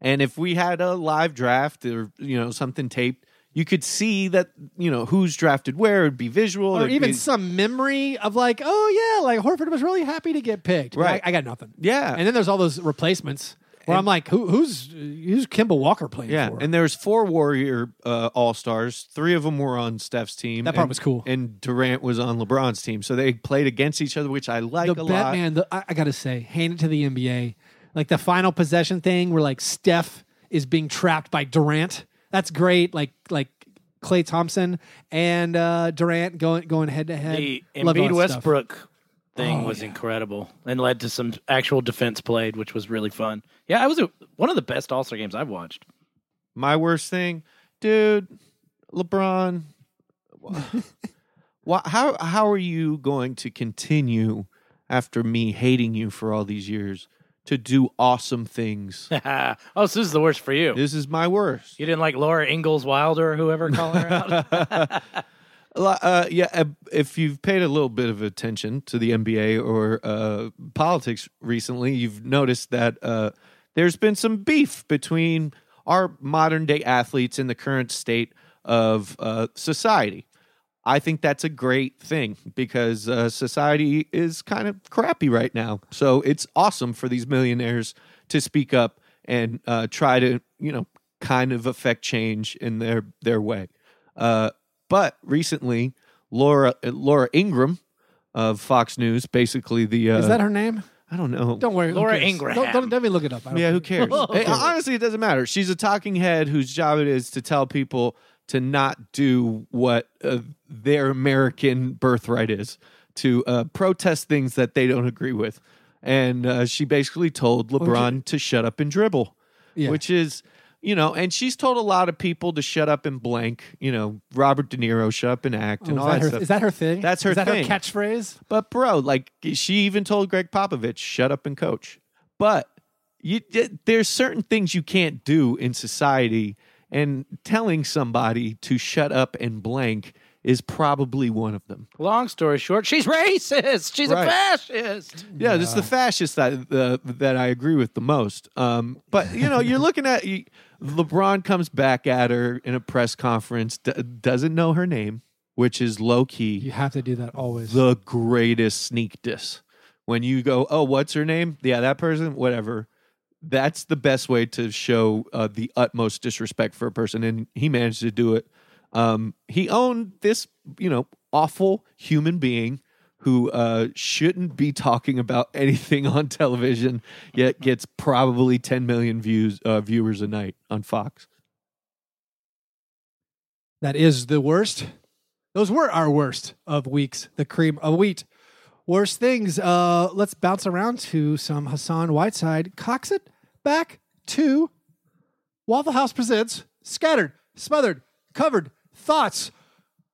Speaker 3: And if we had a live draft or you know something taped, you could see that you know who's drafted where. It'd be visual,
Speaker 1: or
Speaker 3: it'd
Speaker 1: even
Speaker 3: be-
Speaker 1: some memory of like, oh yeah, like Horford was really happy to get picked.
Speaker 3: Right.
Speaker 1: I, I got nothing.
Speaker 3: Yeah.
Speaker 1: And then there's all those replacements where I'm like, who, who's who's Kimball Walker playing
Speaker 3: yeah.
Speaker 1: for?
Speaker 3: And there's four Warrior uh, All Stars. Three of them were on Steph's team.
Speaker 1: That part
Speaker 3: and-
Speaker 1: was cool.
Speaker 3: And Durant was on LeBron's team, so they played against each other, which I like
Speaker 1: the
Speaker 3: a lot.
Speaker 1: Batman, the, I, I gotta say, hand it to the NBA. Like the final possession thing, where like Steph is being trapped by Durant. That's great. Like like Clay Thompson and uh, Durant going going head to head.
Speaker 2: The
Speaker 1: Love all that
Speaker 2: Embiid
Speaker 1: stuff.
Speaker 2: Westbrook thing was incredible and led to some actual defense played, which was really fun. Yeah, I was a, one of the best All Star games I've watched.
Speaker 3: My worst thing, dude, LeBron. why, how how are you going to continue after me hating you for all these years to do awesome things?
Speaker 2: oh, so this is the worst for you.
Speaker 3: this is my worst.
Speaker 2: You didn't like Laura Ingalls Wilder or whoever calling her out?
Speaker 3: Uh, yeah, uh, if you've paid a little bit of attention to the NBA or uh, politics recently, you've noticed that uh, there's been some beef between our modern day athletes and the current state of uh, society. I think that's a great thing because uh, society is kind of crappy right now. So it's awesome for these millionaires to speak up and uh, try to, you know, kind of affect change in their their way. Uh, but recently, Laura uh, Laura Ingram of Fox News, basically the uh,
Speaker 1: Is that her name?
Speaker 3: I don't know.
Speaker 1: Don't worry, who
Speaker 2: Laura
Speaker 1: cares?
Speaker 2: Ingraham.
Speaker 1: Don't, don't, don't even look it up. I don't
Speaker 3: Yeah,
Speaker 1: care.
Speaker 3: who cares? Hey, honestly, it doesn't matter. She's a talking head whose job it is to tell people to not do what uh, their American birthright is to uh, protest things that they don't agree with. And uh, she basically told LeBron to shut up and dribble,
Speaker 1: Yeah.
Speaker 3: which is, you know, and she's told a lot of people to shut up and blank, you know, Robert De Niro, shut up and act and
Speaker 1: Oh,
Speaker 3: all
Speaker 1: is, that
Speaker 3: that,
Speaker 1: her,
Speaker 3: stuff.
Speaker 1: is that her thing?
Speaker 3: That's her
Speaker 1: Is that
Speaker 3: thing.
Speaker 1: her catchphrase?
Speaker 3: But bro, like she even told Greg Popovich, shut up and coach. But you, there's certain things you can't do in society, and telling somebody to shut up and blank is probably one of them.
Speaker 2: Long story short, she's racist. She's
Speaker 3: Right.
Speaker 2: a fascist.
Speaker 3: Yeah, this is the fascist that the that I agree with the most. Um, but you know, you're looking at you, LeBron comes back at her in a press conference, d- doesn't know her name, which is low key.
Speaker 1: You have to do that always.
Speaker 3: the greatest sneak diss. When you go, oh, what's her name? Yeah, that person, whatever. That's the best way to show uh, the utmost disrespect for a person, and he managed to do it. Um, he owned this, you know, awful human being who uh, shouldn't be talking about anything on television, yet gets probably 10 million views uh, viewers a night on Fox.
Speaker 1: That is the worst. Those were our worst of weeks. The cream of wheat. Worst things. Uh, let's bounce around to some Hassan Whiteside. Cox it back to Waffle House presents scattered, smothered, covered thoughts.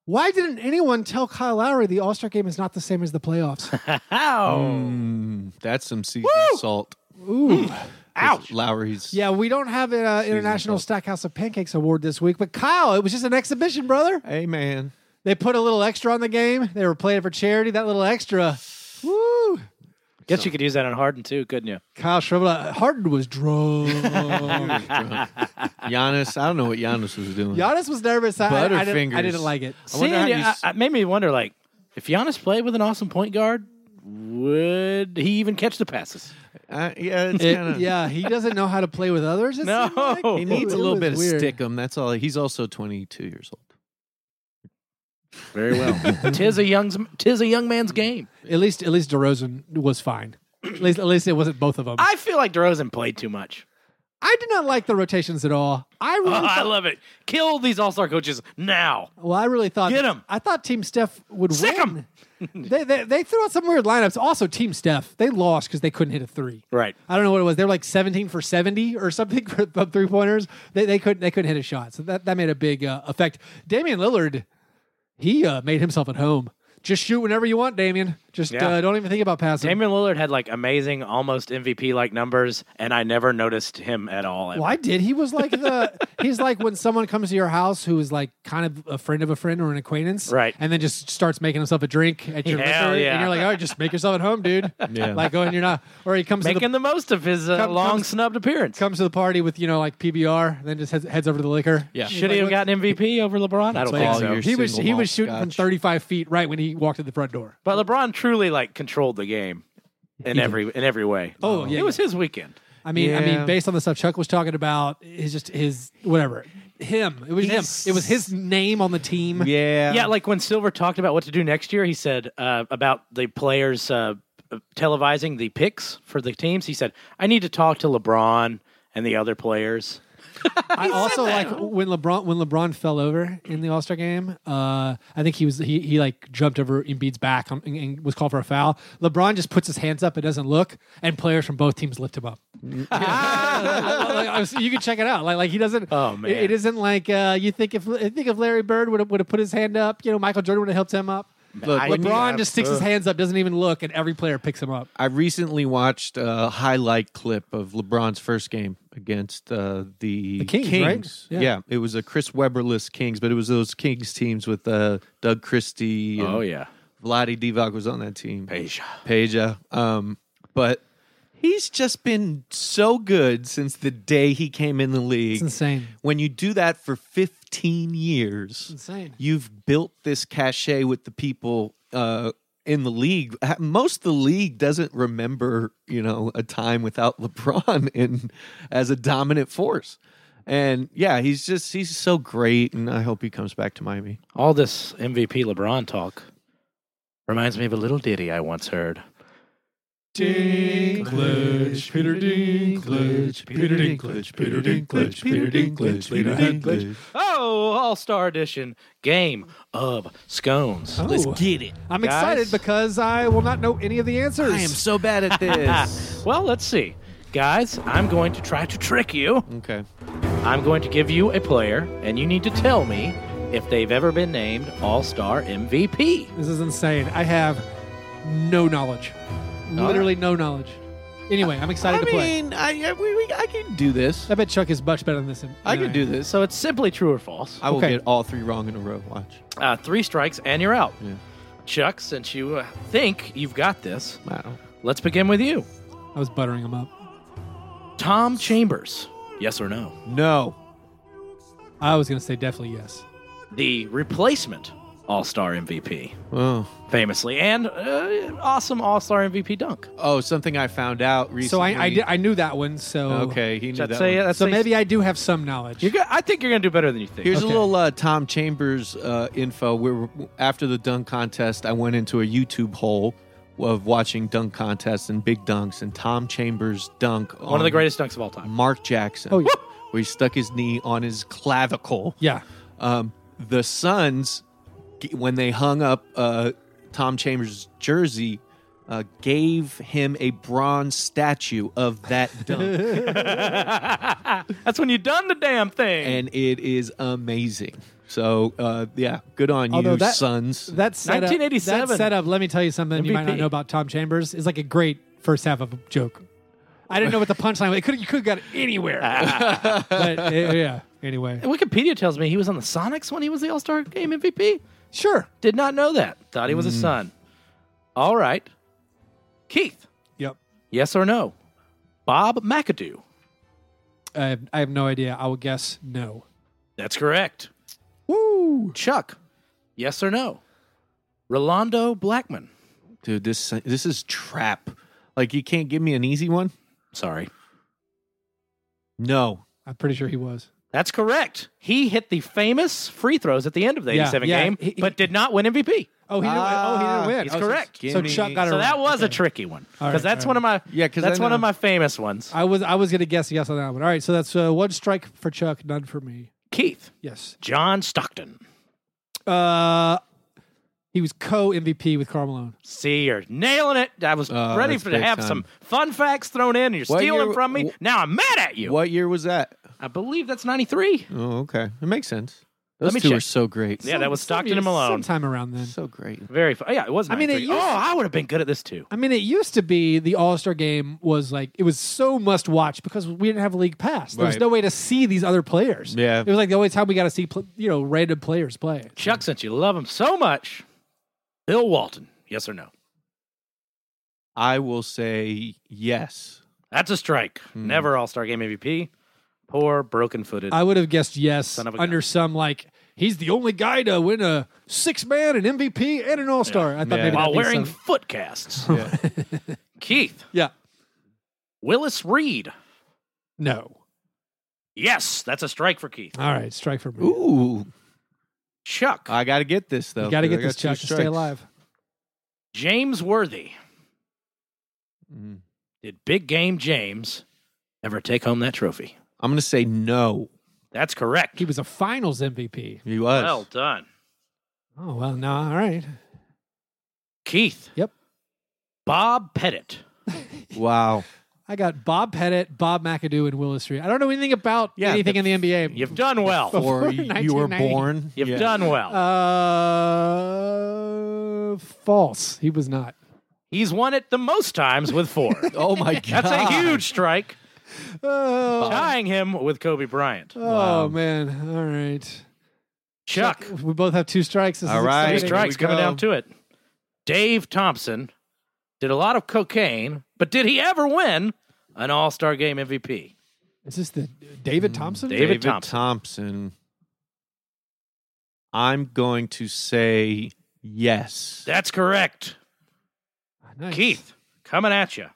Speaker 1: Why didn't anyone tell Kyle Lowry the All Star game is not the same as the playoffs?
Speaker 2: How?
Speaker 3: Mm, that's some season salt.
Speaker 1: Ooh.
Speaker 2: Ouch.
Speaker 3: Lowry's.
Speaker 1: Yeah, we don't have an uh, International
Speaker 3: called.
Speaker 1: Stackhouse of Pancakes award this week, but Kyle, it was just an exhibition, brother.
Speaker 3: Hey, man.
Speaker 1: They put a little extra on the game. They were playing for charity. That little extra. Woo!
Speaker 2: Guess you could use that on Harden too, couldn't you?
Speaker 1: Kyle Shrivelot. Harden was drunk.
Speaker 3: Giannis, I don't know what Giannis was doing.
Speaker 1: Giannis was nervous. I, I, I, didn't, I
Speaker 3: Butterfingers. Oh,
Speaker 1: didn't like it.
Speaker 3: I wonder how
Speaker 2: Seeing-
Speaker 3: you
Speaker 2: I-
Speaker 3: s-
Speaker 2: I- it made me wonder, like, if Giannis played with an awesome point guard, would he even catch the passes?
Speaker 3: Uh, yeah, it's
Speaker 1: It-
Speaker 3: kind of.
Speaker 1: yeah, he doesn't know how to play with others. it
Speaker 2: No.
Speaker 1: seemed like.
Speaker 2: He
Speaker 3: he needs
Speaker 1: It
Speaker 3: a little
Speaker 1: was
Speaker 3: bit of
Speaker 1: weird.
Speaker 3: stickum. That's all. He's also 22 years old.
Speaker 2: Very well. tis a young's, tis a young man's game.
Speaker 1: At least, at least DeRozan was fine. At least, at least it wasn't both of them. I,
Speaker 2: I feel like DeRozan played too much.
Speaker 1: did not like the rotations at all. I
Speaker 2: Oh,
Speaker 3: Uh,
Speaker 1: really,
Speaker 2: I
Speaker 1: thought,
Speaker 2: love it. Kill these All Star coaches now.
Speaker 1: well, I really thought
Speaker 2: Get 'em.
Speaker 1: I thought Team Steph would
Speaker 2: Sick
Speaker 1: win. they, they they threw out some weird lineups. Also, Team Steph they lost because they couldn't hit a three.
Speaker 2: Right.
Speaker 1: I don't know what it was. They were like 17 for 70 or something for the three pointers. They, they couldn't they couldn't hit a shot. So that, that made a big uh, effect. Damian Lillard, he uh, made himself at home. Just shoot whenever you want, Damian. Just
Speaker 2: Yeah.
Speaker 1: uh, don't even think about passing.
Speaker 2: Damian Lillard had like amazing, almost MVP like numbers, and I never noticed him at all.
Speaker 1: well, I did. He was like the he's like when someone comes to your house who is like kind of a friend of a friend or an acquaintance,
Speaker 2: Right.
Speaker 1: And then just starts making himself a drink at your
Speaker 2: Hell
Speaker 1: liquor,
Speaker 2: yeah.
Speaker 1: and you're like, oh, just make yourself at home, dude.
Speaker 3: Yeah.
Speaker 1: Like, oh, and you're not. Or he comes to the
Speaker 2: Making the, most of his uh,
Speaker 1: Come-
Speaker 2: long
Speaker 1: comes-
Speaker 2: snubbed appearance.
Speaker 1: comes to the party with you know like PBR, and then just heads, heads over to the liquor.
Speaker 3: Yeah.
Speaker 1: He's
Speaker 2: Should he
Speaker 1: like,
Speaker 2: have
Speaker 1: "What-
Speaker 2: gotten MVP over LeBron? I don't
Speaker 3: all
Speaker 2: think so.
Speaker 3: year.
Speaker 1: He was
Speaker 3: single
Speaker 1: he
Speaker 3: malt
Speaker 1: was shooting from
Speaker 3: scotch.
Speaker 1: 35 feet right when he walked in the front door.
Speaker 2: But LeBron truly like controlled the game in every in every way.
Speaker 1: Oh, yeah,
Speaker 2: it was his weekend.
Speaker 1: I mean, I
Speaker 3: Yeah.
Speaker 1: mean, based on the stuff Chuck was talking about, his just his whatever him. It was
Speaker 3: He's-
Speaker 1: him. It was his name on the team.
Speaker 3: Yeah.
Speaker 2: Yeah, like when Silver talked about what to do next year, he said uh, about the players uh, televising the picks for the teams. He said, "I need to talk to LeBron and the other players."
Speaker 1: I also like when LeBron when LeBron fell over in the All Star game. Uh, I think he was he he like jumped over Embiid's back on, and, and was called for a foul. LeBron just puts his hands up and doesn't look, and players from both teams lift him up. Ah! Like, I was- you can check it out. Like like he doesn't.
Speaker 2: Oh, man.
Speaker 1: it- it isn't like uh, you think if I think if Larry Bird would have would have put his hand up, you know Michael Jordan would have helped him up.
Speaker 3: Look,
Speaker 1: LeBron
Speaker 3: I-
Speaker 1: just sticks his hands up, doesn't even look, and every player picks him up.
Speaker 3: I recently watched a highlight clip of LeBron's first game against uh, the,
Speaker 1: Kings, right?
Speaker 3: Yeah.
Speaker 1: Yeah.
Speaker 3: it was a Chris Webberless Kings, but it was those Kings teams with uh, Doug Christie. and Vladi Divac was on that team.
Speaker 2: Peja.
Speaker 3: Peja. Um, but he's just been so good since the day he came in the league.
Speaker 1: It's insane.
Speaker 3: When you do that for 15 years,
Speaker 1: insane.
Speaker 3: you've built this cachet with the people uh, in the league. Ha- Most of the league doesn't remember, you know, a time without LeBron in as a dominant force. And yeah, he's just he's so great, and I hope he comes back to Miami.
Speaker 2: All this MVP LeBron talk reminds me of a little ditty I once heard.
Speaker 1: Dinklage, Peter Dinklage, Peter Dinklage, Peter Dinklage, Peter Dinklage, Peter Dinklage.
Speaker 2: Oh, All Star Edition game of scones.
Speaker 3: Oh.
Speaker 1: Let's
Speaker 2: get it.
Speaker 1: I'm excited because I will not know any of the answers.
Speaker 3: I am so bad at this.
Speaker 2: Well, let's see. Guys, I'm going to try to trick you.
Speaker 3: okay.
Speaker 2: I'm going to give you a player, and you need to tell me if they've ever been named All Star MVP.
Speaker 1: This is insane. I have no knowledge. Literally no knowledge. Anyway, I'm excited
Speaker 3: I
Speaker 1: to play.
Speaker 3: mean, I, I, we, we, I can do this.
Speaker 1: I bet Chuck is much better than this. than
Speaker 3: I can do this.
Speaker 2: So it's simply true or false.
Speaker 3: I will
Speaker 1: Okay.
Speaker 3: get all three wrong in a row. Watch.
Speaker 2: Uh, three strikes, and you're out.
Speaker 3: Yeah.
Speaker 2: Chuck, since you uh, think you've got this,
Speaker 3: Wow.
Speaker 2: let's begin with you.
Speaker 1: I was buttering him up.
Speaker 2: Tom Chambers. Yes or no?
Speaker 3: No.
Speaker 1: I was going to say definitely yes.
Speaker 2: The replacement All Star MVP,
Speaker 3: Oh.
Speaker 2: famously, and uh, awesome All Star MVP dunk.
Speaker 3: Oh, something I found out recently.
Speaker 1: So I oh. I, did, I knew that one. So
Speaker 3: Okay, he knew
Speaker 2: Should I
Speaker 3: that.
Speaker 2: say
Speaker 3: one.
Speaker 2: it? That's
Speaker 1: So
Speaker 2: a-
Speaker 1: maybe I do have some knowledge.
Speaker 2: You're go- I think you're going to do better than you think.
Speaker 3: Here's
Speaker 1: Okay.
Speaker 3: a little uh, Tom Chambers uh, info. We were, after the dunk contest, I went into a YouTube hole of watching dunk contests and big dunks, and Tom Chambers dunk on
Speaker 2: One of the greatest dunks of all time.
Speaker 3: Mark Jackson.
Speaker 1: Oh, yeah.
Speaker 3: Where he stuck his knee on his clavicle.
Speaker 1: yeah.
Speaker 3: Um, the Suns, g- when they hung up uh, Tom Chambers' jersey, uh, gave him a bronze statue of that dunk,
Speaker 2: That's when you done the damn thing.
Speaker 3: and it is amazing. So, uh, yeah, good on
Speaker 1: Although
Speaker 3: you,
Speaker 1: that-
Speaker 3: Suns.
Speaker 1: That setup,
Speaker 2: 1987.
Speaker 1: That setup. Let me tell you something you might not
Speaker 2: MVP.
Speaker 1: know about Tom Chambers is like a great first half of a joke. I didn't know what the punchline. was. It could you could have got it anywhere. but uh, yeah. Anyway,
Speaker 2: Wikipedia tells me he was on the Sonics when he was the All Star Game MVP.
Speaker 1: sure.
Speaker 2: Did not know that. Thought he was a son. All right. Keith,
Speaker 1: Yep.
Speaker 2: yes or no? Bob McAdoo.
Speaker 1: I have, I have no idea. I will guess no.
Speaker 2: That's correct.
Speaker 1: Woo!
Speaker 2: Chuck, yes or no? Rolando Blackman.
Speaker 3: Dude, this this is trap. Like, you can't give me an easy one?
Speaker 2: Sorry.
Speaker 3: No.
Speaker 1: I'm pretty sure he was.
Speaker 2: That's correct. He hit the famous free throws at the end of the
Speaker 1: Yeah,
Speaker 2: 87
Speaker 1: yeah.
Speaker 2: game,
Speaker 1: He- he-
Speaker 2: but did not win MVP.
Speaker 1: Oh, he didn't. oh, he
Speaker 3: Ah,
Speaker 1: didn't win.
Speaker 2: he's
Speaker 1: Oh, so-
Speaker 2: correct.
Speaker 1: So,
Speaker 3: Gimme.
Speaker 1: Chuck got it.
Speaker 2: So that
Speaker 1: wrong.
Speaker 2: was a
Speaker 1: Okay.
Speaker 2: tricky one
Speaker 1: All
Speaker 2: because
Speaker 1: right,
Speaker 2: that's
Speaker 1: all
Speaker 2: one of my
Speaker 3: Yeah, 'cause I
Speaker 2: that's one of
Speaker 3: know.
Speaker 2: my famous ones.
Speaker 1: I was I was gonna guess yes on that one. All right, so that's uh, one strike for Chuck, none for me.
Speaker 2: Keith,
Speaker 1: Yes.
Speaker 2: John Stockton.
Speaker 1: Uh, he was co MVP with Carmelo.
Speaker 2: See, you're nailing it. I was
Speaker 3: Oh,
Speaker 2: ready
Speaker 3: that's
Speaker 2: for to
Speaker 3: big
Speaker 2: have
Speaker 3: time.
Speaker 2: some fun facts thrown in, and you're
Speaker 3: What
Speaker 2: stealing
Speaker 3: year-
Speaker 2: from me.
Speaker 3: wh-
Speaker 2: now I'm mad at you.
Speaker 3: What year was that?
Speaker 2: I believe that's '93.
Speaker 3: Oh, okay. It makes sense.
Speaker 2: Let
Speaker 3: Those
Speaker 2: me
Speaker 3: two
Speaker 2: check.
Speaker 3: are so great.
Speaker 2: Yeah, that was Stockton and Malone.
Speaker 1: Sometime around then.
Speaker 3: So great.
Speaker 2: Very fun. Yeah, it was.
Speaker 1: I mean, it
Speaker 2: 93.
Speaker 1: used-
Speaker 2: oh, I would have been good at this too.
Speaker 1: I mean, it used to be the All Star game was like it was so must watch because we didn't have a league pass. There was
Speaker 3: Right.
Speaker 1: no way to see these other players.
Speaker 3: Yeah.
Speaker 1: it was like the only time we got to see pl- you know random players play.
Speaker 2: Chuck, since you love him so much, Bill Walton. Yes or no?
Speaker 3: I will say yes.
Speaker 2: That's a strike. Never All Star Game MVP. Poor broken-footed.
Speaker 1: I would have guessed yes
Speaker 2: of a
Speaker 1: under
Speaker 2: gun.
Speaker 1: some like he's the only guy to win a six man, an MVP, and an All Star. I thought
Speaker 3: Yeah.
Speaker 1: maybe that'd
Speaker 2: while
Speaker 1: be
Speaker 2: wearing
Speaker 1: some-
Speaker 2: foot casts.
Speaker 3: Yeah.
Speaker 2: Keith
Speaker 1: yeah,
Speaker 2: Willis Reed.
Speaker 1: no.
Speaker 2: Yes, that's a strike for Keith.
Speaker 1: All right, strike for me.
Speaker 3: Ooh,
Speaker 2: Chuck
Speaker 3: I got to get this though.
Speaker 1: you got to
Speaker 3: dude.
Speaker 1: get
Speaker 3: I
Speaker 1: this
Speaker 3: got two
Speaker 1: Chuck to stay
Speaker 3: strikes.
Speaker 1: alive.
Speaker 2: James Worthy.
Speaker 3: Mm.
Speaker 2: Did Big Game James ever take home that trophy?
Speaker 3: I'm gonna say no.
Speaker 2: That's correct.
Speaker 1: He was a Finals MVP.
Speaker 3: He was.
Speaker 2: well done.
Speaker 1: Oh well, no, all right.
Speaker 2: Keith.
Speaker 1: Yep.
Speaker 2: Bob Pettit.
Speaker 3: Wow.
Speaker 1: I got Bob Pettit, Bob McAdoo, and Willis Reed. I don't know anything about
Speaker 3: Yeah,
Speaker 1: anything in the NBA.
Speaker 2: You've done well.
Speaker 1: Before
Speaker 3: Or you were
Speaker 1: 1990.
Speaker 3: born.
Speaker 2: You've
Speaker 3: Yeah.
Speaker 2: done well.
Speaker 1: Uh, false. He was not.
Speaker 2: He's won it the most times with four.
Speaker 3: Oh my god.
Speaker 2: That's a huge strike,
Speaker 1: Oh,
Speaker 2: tying him with Kobe Bryant.
Speaker 1: oh, man. All right.
Speaker 2: Chuck.
Speaker 1: We both have two strikes. This
Speaker 3: All
Speaker 1: is
Speaker 3: right.
Speaker 2: Three
Speaker 1: exciting.
Speaker 3: Here
Speaker 2: strikes
Speaker 3: we
Speaker 2: coming
Speaker 3: go.
Speaker 2: down to it. Dave Thompson did a lot of cocaine, but did he ever win an All Star Game MVP?
Speaker 1: Is this the David Thompson?
Speaker 2: Mm, David
Speaker 3: David
Speaker 2: Thompson.
Speaker 3: Thompson. I'm going to say yes.
Speaker 2: That's correct.
Speaker 1: Nice.
Speaker 2: Keith, coming at you.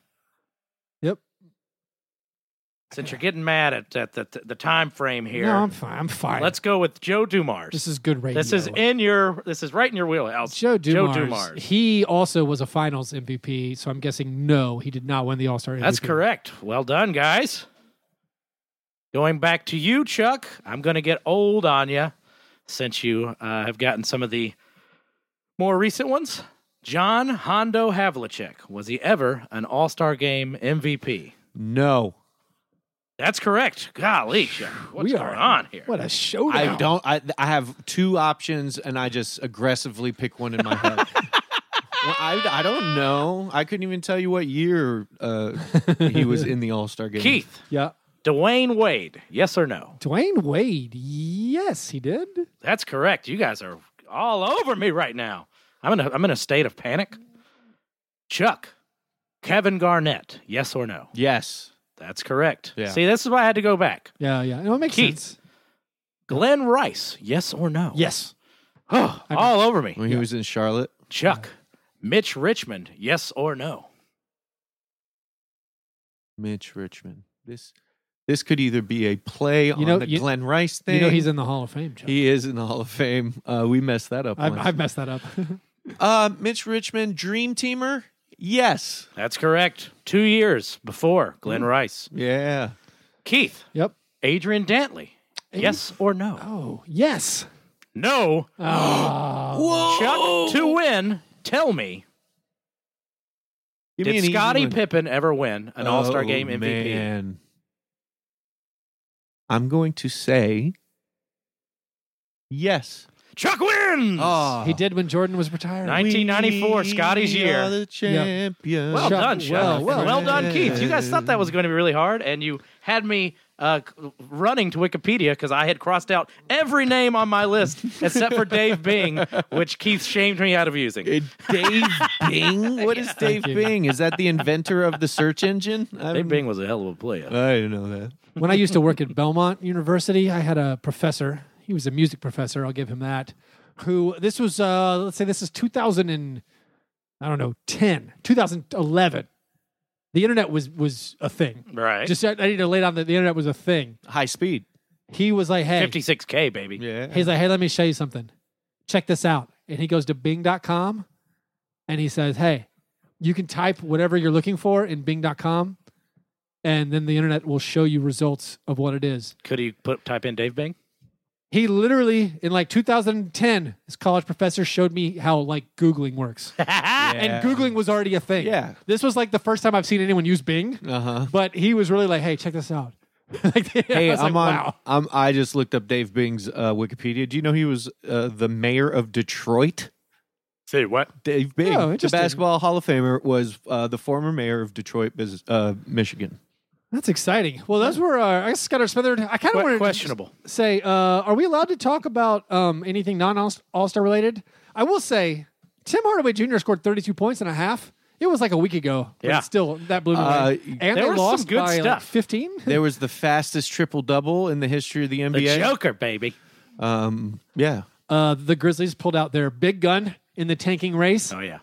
Speaker 1: Yep.
Speaker 2: Since you're getting mad at, at the, the time frame here,
Speaker 1: No, I'm fine. I'm fine.
Speaker 2: let's go with Joe Dumars.
Speaker 1: This is good radio.
Speaker 2: This is in your. This is right in your wheelhouse.
Speaker 1: Joe Dumars.
Speaker 2: Joe Dumars.
Speaker 1: He also was a Finals MVP, so I'm guessing no, he did not win the All Star.
Speaker 2: That's correct. Well done, guys. Going back to you, Chuck. I'm going to get old on you since you uh, have gotten some of the more recent ones. John Hondo Havlicek was he ever an All Star Game MVP?
Speaker 3: No,
Speaker 2: That's correct. Golly, Chuck, what's
Speaker 1: We
Speaker 2: going
Speaker 1: are-
Speaker 2: on here?
Speaker 1: What a showdown!
Speaker 3: I don't. I, I have two options, and I just aggressively pick one in my head. Well, I, I don't know. I couldn't even tell you what year uh, he was in the All Star game.
Speaker 2: Keith,
Speaker 1: Yeah,
Speaker 2: Dwayne Wade. Yes or no?
Speaker 1: Dwayne Wade. Yes, he did.
Speaker 2: That's correct. You guys are all over me right now. I'm in a, I'm in a state of panic. Chuck, Kevin Garnett, yes or no?
Speaker 3: Yes.
Speaker 2: That's correct.
Speaker 3: Yeah.
Speaker 2: See, this is why I had to go back.
Speaker 1: Yeah, yeah. No, it makes
Speaker 2: Keith.
Speaker 1: sense.
Speaker 2: Glenn Rice, yes or no?
Speaker 1: Yes.
Speaker 2: Oh, all over me.
Speaker 3: When he was in Charlotte.
Speaker 2: Chuck, Mitch Richmond, yes or no?
Speaker 3: Mitch Richmond. This this could either be a play on
Speaker 1: know,
Speaker 3: the
Speaker 1: you-
Speaker 3: Glenn Rice thing.
Speaker 1: You know he's in the Hall of Fame. Joe.
Speaker 3: he is in the Hall of Fame. Uh, we messed that up.
Speaker 1: I've,
Speaker 3: once.
Speaker 1: I've messed that up.
Speaker 3: Uh, Mitch Richmond, Dream Teamer. Yes.
Speaker 2: That's correct. Two years before Glenn
Speaker 3: Mm-hmm.
Speaker 2: Rice.
Speaker 3: Yeah.
Speaker 2: Keith,
Speaker 1: yep.
Speaker 2: Adrian Dantley, yes or no?
Speaker 1: Oh yes. Ah.
Speaker 2: No. Chuck,
Speaker 3: Oh.
Speaker 2: to win, tell me
Speaker 3: Give me
Speaker 2: Did
Speaker 3: an easy
Speaker 2: Scottie
Speaker 3: one. Oh,
Speaker 2: Pippen ever win an All Star Game MVP?
Speaker 3: Man. I'm going to say yes.
Speaker 2: Chuck wins.
Speaker 3: Oh.
Speaker 1: He did when Jordan was retired.
Speaker 2: Nice. 1994, Scotty's
Speaker 3: We
Speaker 2: year.
Speaker 3: Are the champions.
Speaker 2: well
Speaker 1: Chuck,
Speaker 2: done, Chuck.
Speaker 1: well,
Speaker 2: Well,
Speaker 1: well.
Speaker 2: done, Keith. You guys thought that was going to be really hard, and you had me uh, c- running to Wikipedia because I had crossed out every name on my list except for Dave Bing, which Keith shamed me out of using.
Speaker 3: Uh, Dave Bing? What is Dave
Speaker 1: Thank you.
Speaker 3: Bing? Is that the inventor of the search engine? I
Speaker 2: Dave Bing was a hell of a player.
Speaker 3: I didn't know that.
Speaker 1: when I used to work at Belmont University, I had a professor. He was a music professor. I'll give him that. Who this was? Uh, let's say this is 2000 and I don't know 10, 2011. The internet was was a thing.
Speaker 2: right.
Speaker 1: Just I, I need to lay down that the internet was a thing.
Speaker 3: High speed.
Speaker 1: He was like, hey,
Speaker 2: 56K, baby.
Speaker 3: Yeah.
Speaker 1: he's like, hey, let me show you something. Check this out. And he goes to Bing.com, and he says, hey, you can type whatever you're looking for in Bing.com, and then the internet will show you results of what it is.
Speaker 2: Could he put type in Dave Bing?
Speaker 1: He literally, in like 2010, his college professor showed me how like Googling works.
Speaker 3: Yeah.
Speaker 1: And Googling was already a thing.
Speaker 3: Yeah.
Speaker 1: This was like the first time I've seen anyone use Bing,
Speaker 3: Uh huh.
Speaker 1: but he was really like, hey, check this out. like,
Speaker 3: Hey,
Speaker 1: I was
Speaker 3: I'm
Speaker 1: like,
Speaker 3: on.
Speaker 1: wow.
Speaker 3: I'm, I just looked up Dave Bing's uh, Wikipedia. Do you know he was uh, the mayor of Detroit?
Speaker 2: Say what?
Speaker 3: Dave Bing,
Speaker 1: Oh,
Speaker 3: the
Speaker 1: interesting.
Speaker 3: basketball Hall of Famer, was uh, the former mayor of Detroit, Bis- uh, Michigan.
Speaker 1: That's exciting. Well, those were our, I guess, Scudder Smithered. I kind of wanted
Speaker 2: questionable.
Speaker 1: to just say, uh, are we allowed to talk about um, anything non All Star related? I will say, Tim Hardaway Jr. scored 32 points and a half. It was like a week ago. but
Speaker 2: Yeah.
Speaker 1: Still, that blew me
Speaker 3: Uh,
Speaker 1: away. and
Speaker 2: there
Speaker 1: they
Speaker 2: was some
Speaker 1: lost
Speaker 2: good
Speaker 1: by, like,
Speaker 2: stuff.
Speaker 1: 15?
Speaker 3: There was the fastest triple double in the history of the
Speaker 2: The
Speaker 3: NBA.
Speaker 2: Joker, baby.
Speaker 3: Um, yeah,
Speaker 1: Uh, the Grizzlies pulled out their big gun in the tanking race.
Speaker 2: Oh, yeah.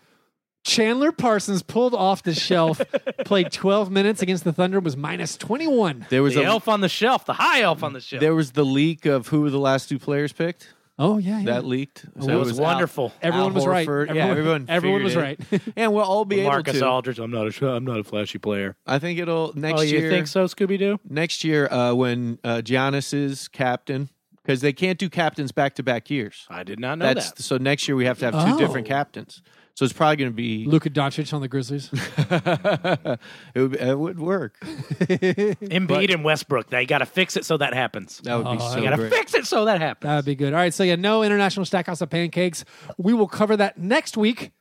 Speaker 1: Chandler Parsons pulled off the shelf, played 12 minutes against the Thunder, was minus 21.
Speaker 3: there was
Speaker 2: The
Speaker 3: a
Speaker 2: elf on the shelf, the high elf on the shelf.
Speaker 3: there was the leak of who the last two players picked.
Speaker 1: Oh, yeah. yeah.
Speaker 3: That leaked. So
Speaker 2: it was wonderful.
Speaker 3: Al-
Speaker 1: Everyone
Speaker 3: Al
Speaker 1: was right.
Speaker 3: Horford.
Speaker 1: Everyone-
Speaker 3: yeah, everyone.
Speaker 1: everyone was
Speaker 3: figured it. and we'll all be able
Speaker 2: Marcus
Speaker 3: to.
Speaker 2: Aldridge. I'm not a. sh- I'm not a flashy player.
Speaker 3: I think it'll next
Speaker 2: oh, you
Speaker 3: year.
Speaker 2: think so, Scooby Doo?
Speaker 3: Next year, uh, when uh, Giannis is captain, because they can't do captains back to back years.
Speaker 2: I did not know
Speaker 3: That's
Speaker 2: that.
Speaker 3: so. Next year, we have to have two
Speaker 1: Oh.
Speaker 3: different captains. So it's probably going to be.
Speaker 1: Luka Doncic on the Grizzlies.
Speaker 3: it, would, it would work.
Speaker 2: Embiid and Westbrook. They got to fix it so that happens.
Speaker 3: That would be
Speaker 1: Oh,
Speaker 3: so
Speaker 1: I
Speaker 2: Got to
Speaker 3: great.
Speaker 2: fix it so that happens.
Speaker 1: That would be good. All right. So, yeah, no international stackhouse of pancakes. We will cover that next week.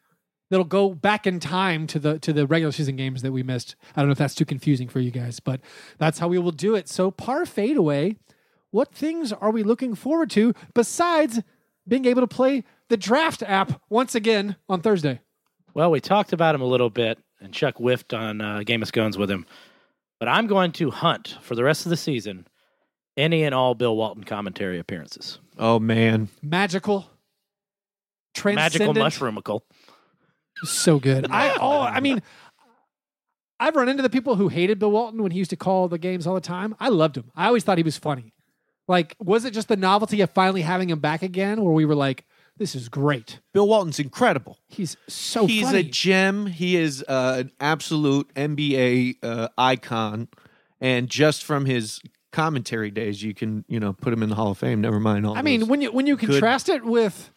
Speaker 1: That'll go back in time to the to the regular season games that we missed. I don't know if that's too confusing for you guys, but that's how we will do it. So, par fadeaway, what things are we looking forward to besides being able to play the draft app once again on Thursday?
Speaker 2: well, we talked about him a little bit, and Chuck whiffed on uh, Game of Scones with him. But I'm going to hunt for the rest of the season any and all Bill Walton commentary appearances.
Speaker 3: Oh man,
Speaker 1: Magical, transcendent,
Speaker 2: Magical mushroomical.
Speaker 1: so good. I oh, I mean, I've run into the people who hated Bill Walton when he used to call the games all the time. I loved him. I always thought he was funny. Like, was it just the novelty of finally having him back again, where we were like, "This is great.
Speaker 3: Bill Walton's incredible.
Speaker 1: He's so
Speaker 3: He's
Speaker 1: funny."
Speaker 3: a gem. He is uh, an absolute NBA uh, icon, and just from his commentary days, you can you know put him in the Hall of Fame. Never mind all.
Speaker 1: I mean,
Speaker 3: those-
Speaker 1: when you when you contrast it with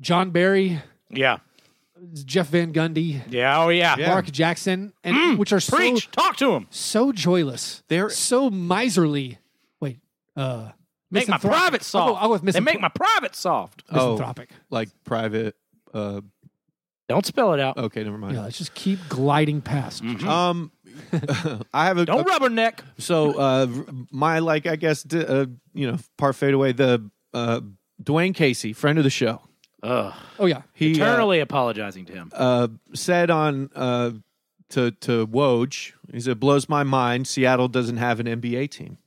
Speaker 1: John Barry,
Speaker 2: Yeah.
Speaker 1: Jeff Van Gundy,
Speaker 2: Yeah. Oh, yeah. Mm,
Speaker 3: Yeah.
Speaker 1: Mark Jackson, and which are so
Speaker 2: Preach. Talk to him.
Speaker 1: so joyless.
Speaker 3: They're-
Speaker 1: so miserly. Wait, uh,
Speaker 2: Make my
Speaker 1: misanthropic.
Speaker 2: private
Speaker 1: I'll go-
Speaker 2: soft.
Speaker 1: I'll go with
Speaker 2: they
Speaker 1: misanthro-
Speaker 2: make my private soft.
Speaker 1: misanthropic.
Speaker 3: oh,
Speaker 1: Oh.
Speaker 3: like private. Uh,
Speaker 2: Don't spell it out.
Speaker 1: Uh,
Speaker 3: okay, never mind.
Speaker 1: Yeah, let's just keep gliding past.
Speaker 2: Mm-hmm.
Speaker 3: Um, I have a,
Speaker 2: Don't
Speaker 1: uh,
Speaker 3: a-
Speaker 2: rubberneck.
Speaker 3: so uh, my like I guess di- uh, you know part fade away the uh, Dwayne Casey, friend of the show.
Speaker 2: Ugh.
Speaker 1: Oh yeah,
Speaker 3: He uh,
Speaker 2: Eternally apologizing to him.
Speaker 3: uh, said on uh, to to Woj, he said, "Blows my mind. Seattle doesn't have an NBA team,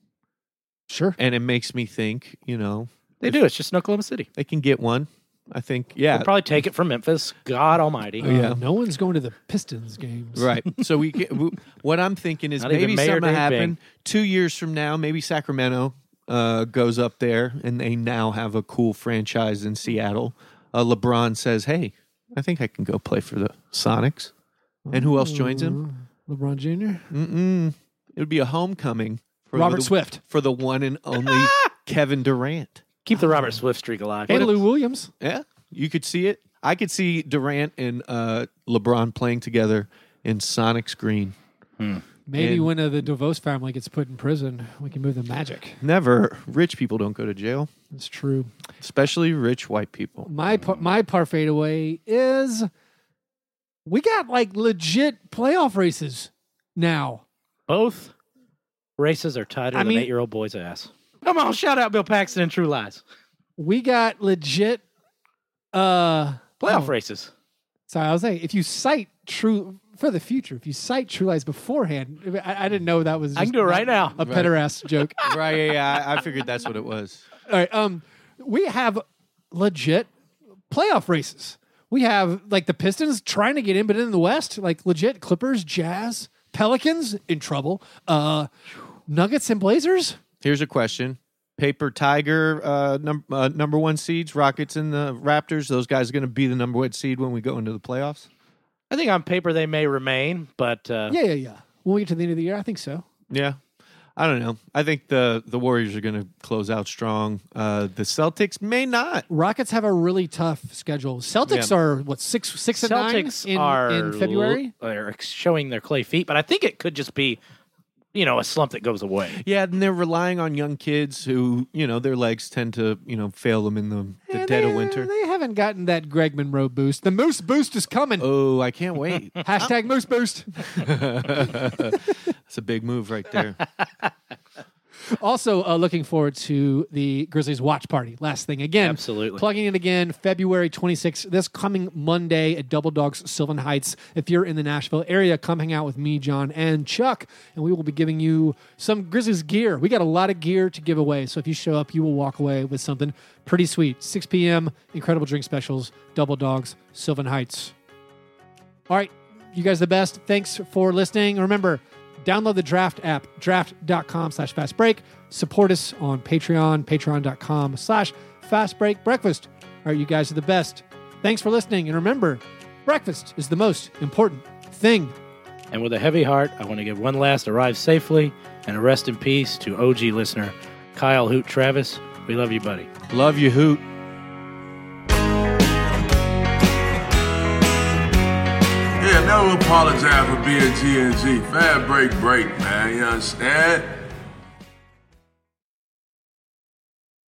Speaker 1: sure.
Speaker 3: and it makes me think. You know,
Speaker 2: they do. It's just in Oklahoma City.
Speaker 3: they can get one. I think, yeah,
Speaker 2: They'll probably take it from Memphis. God Almighty.
Speaker 1: Uh, no one's going to the Pistons games.
Speaker 3: right. so we, can, w what I'm thinking is
Speaker 2: Not even
Speaker 3: maybe
Speaker 2: Mayor
Speaker 3: something
Speaker 2: Dave
Speaker 3: happen
Speaker 2: Bing.
Speaker 3: two years from now. Maybe Sacramento uh, goes up there, and they now have a cool franchise in Seattle. Uh, LeBron says, "Hey, I think I can go play for the Sonics." And who else joins him?
Speaker 1: LeBron Jr.
Speaker 3: Mm-mm. It would be a homecoming. For
Speaker 1: Robert
Speaker 3: the-
Speaker 1: Swift.
Speaker 3: for the one and only Kevin Durant.
Speaker 2: Keep the Robert Swift streak alive.
Speaker 1: And
Speaker 2: What
Speaker 1: Lou
Speaker 2: if-
Speaker 1: Williams.
Speaker 3: Yeah, you could see it. I could see Durant and uh, LeBron playing together in Sonics Green.
Speaker 1: Maybe
Speaker 3: And-
Speaker 1: when uh, the DeVos family gets put in prison, we can move the Magic.
Speaker 3: Never. Rich people don't go to jail,
Speaker 1: That's true.
Speaker 3: especially rich white people.
Speaker 1: My par- my parfait away is we got like legit playoff races now.
Speaker 2: Both races are tighter
Speaker 1: I
Speaker 2: than
Speaker 1: mean-
Speaker 2: an eight year old boy's ass. Come on, shout out Bill Paxton and True Lies.
Speaker 1: We got legit uh
Speaker 2: Playoff
Speaker 1: oh,
Speaker 2: races.
Speaker 1: Sorry, I was saying if you cite true for the future, if you cite true lies beforehand, I, I didn't know that was.
Speaker 2: I can
Speaker 1: just
Speaker 2: do it right now.
Speaker 1: A pederast joke.
Speaker 3: Right, yeah, yeah. I, I figured that's what it was.
Speaker 1: All right. Um, we have legit playoff races. We have like the Pistons trying to get in, but in the West, like legit Clippers, Jazz, Pelicans in trouble. Uh, Nuggets and Blazers.
Speaker 3: Here's a question. Paper Tiger, uh, num- uh, number one seeds, Rockets and the Raptors. Those guys are going to be the number one seed when we go into the playoffs.
Speaker 2: I think on paper they may remain, but uh,
Speaker 1: Yeah, yeah, yeah. When we get to the end of the year, I think so.
Speaker 3: Yeah. I don't know. I think the the Warriors are going to close out strong. Uh, the Celtics may not.
Speaker 1: Rockets have a really tough schedule. Celtics
Speaker 3: Yeah.
Speaker 1: are what six six and
Speaker 2: Celtics
Speaker 1: nine in,
Speaker 2: are
Speaker 1: in February.
Speaker 2: l- are ex- showing their clay feet, but I think it could just be, you know, a slump that goes away.
Speaker 3: Yeah, and they're relying on young kids who, you know, their legs tend to, you know, fail them in the, the
Speaker 1: And
Speaker 3: dead
Speaker 1: they,
Speaker 3: of winter.
Speaker 1: They haven't gotten that Greg Monroe boost. The Moose boost is coming.
Speaker 3: Oh, I can't wait.
Speaker 1: Hashtag Moose boost.
Speaker 3: That's a big move right there.
Speaker 1: Also, uh, looking forward to the Grizzlies watch party. Last thing again,
Speaker 2: Absolutely.
Speaker 1: plugging it again. February 26th, this coming Monday at Double Dogs Sylvan Heights. If you're in the Nashville area, come hang out with me, John, and Chuck, and we will be giving you some Grizzlies gear. We got a lot of gear to give away, so if you show up, you will walk away with something pretty sweet. 6 p.m. Incredible drink specials. Double Dogs Sylvan Heights. All right. You guys the best. Thanks for listening. Remember, download the Draft app, draft.com slash fast break. Support us on Patreon, patreon.com slash fast break breakfast. All right, you guys are the best. Thanks for listening. And remember, breakfast is the most important thing.
Speaker 2: And with a heavy heart, I want to give one last arrive safely and a rest in peace to OG listener Kyle Hoot Travis. We love you, buddy.
Speaker 3: Love you, Hoot.
Speaker 6: Yeah, never apologize for being G and G. Fab break, break, man. You understand?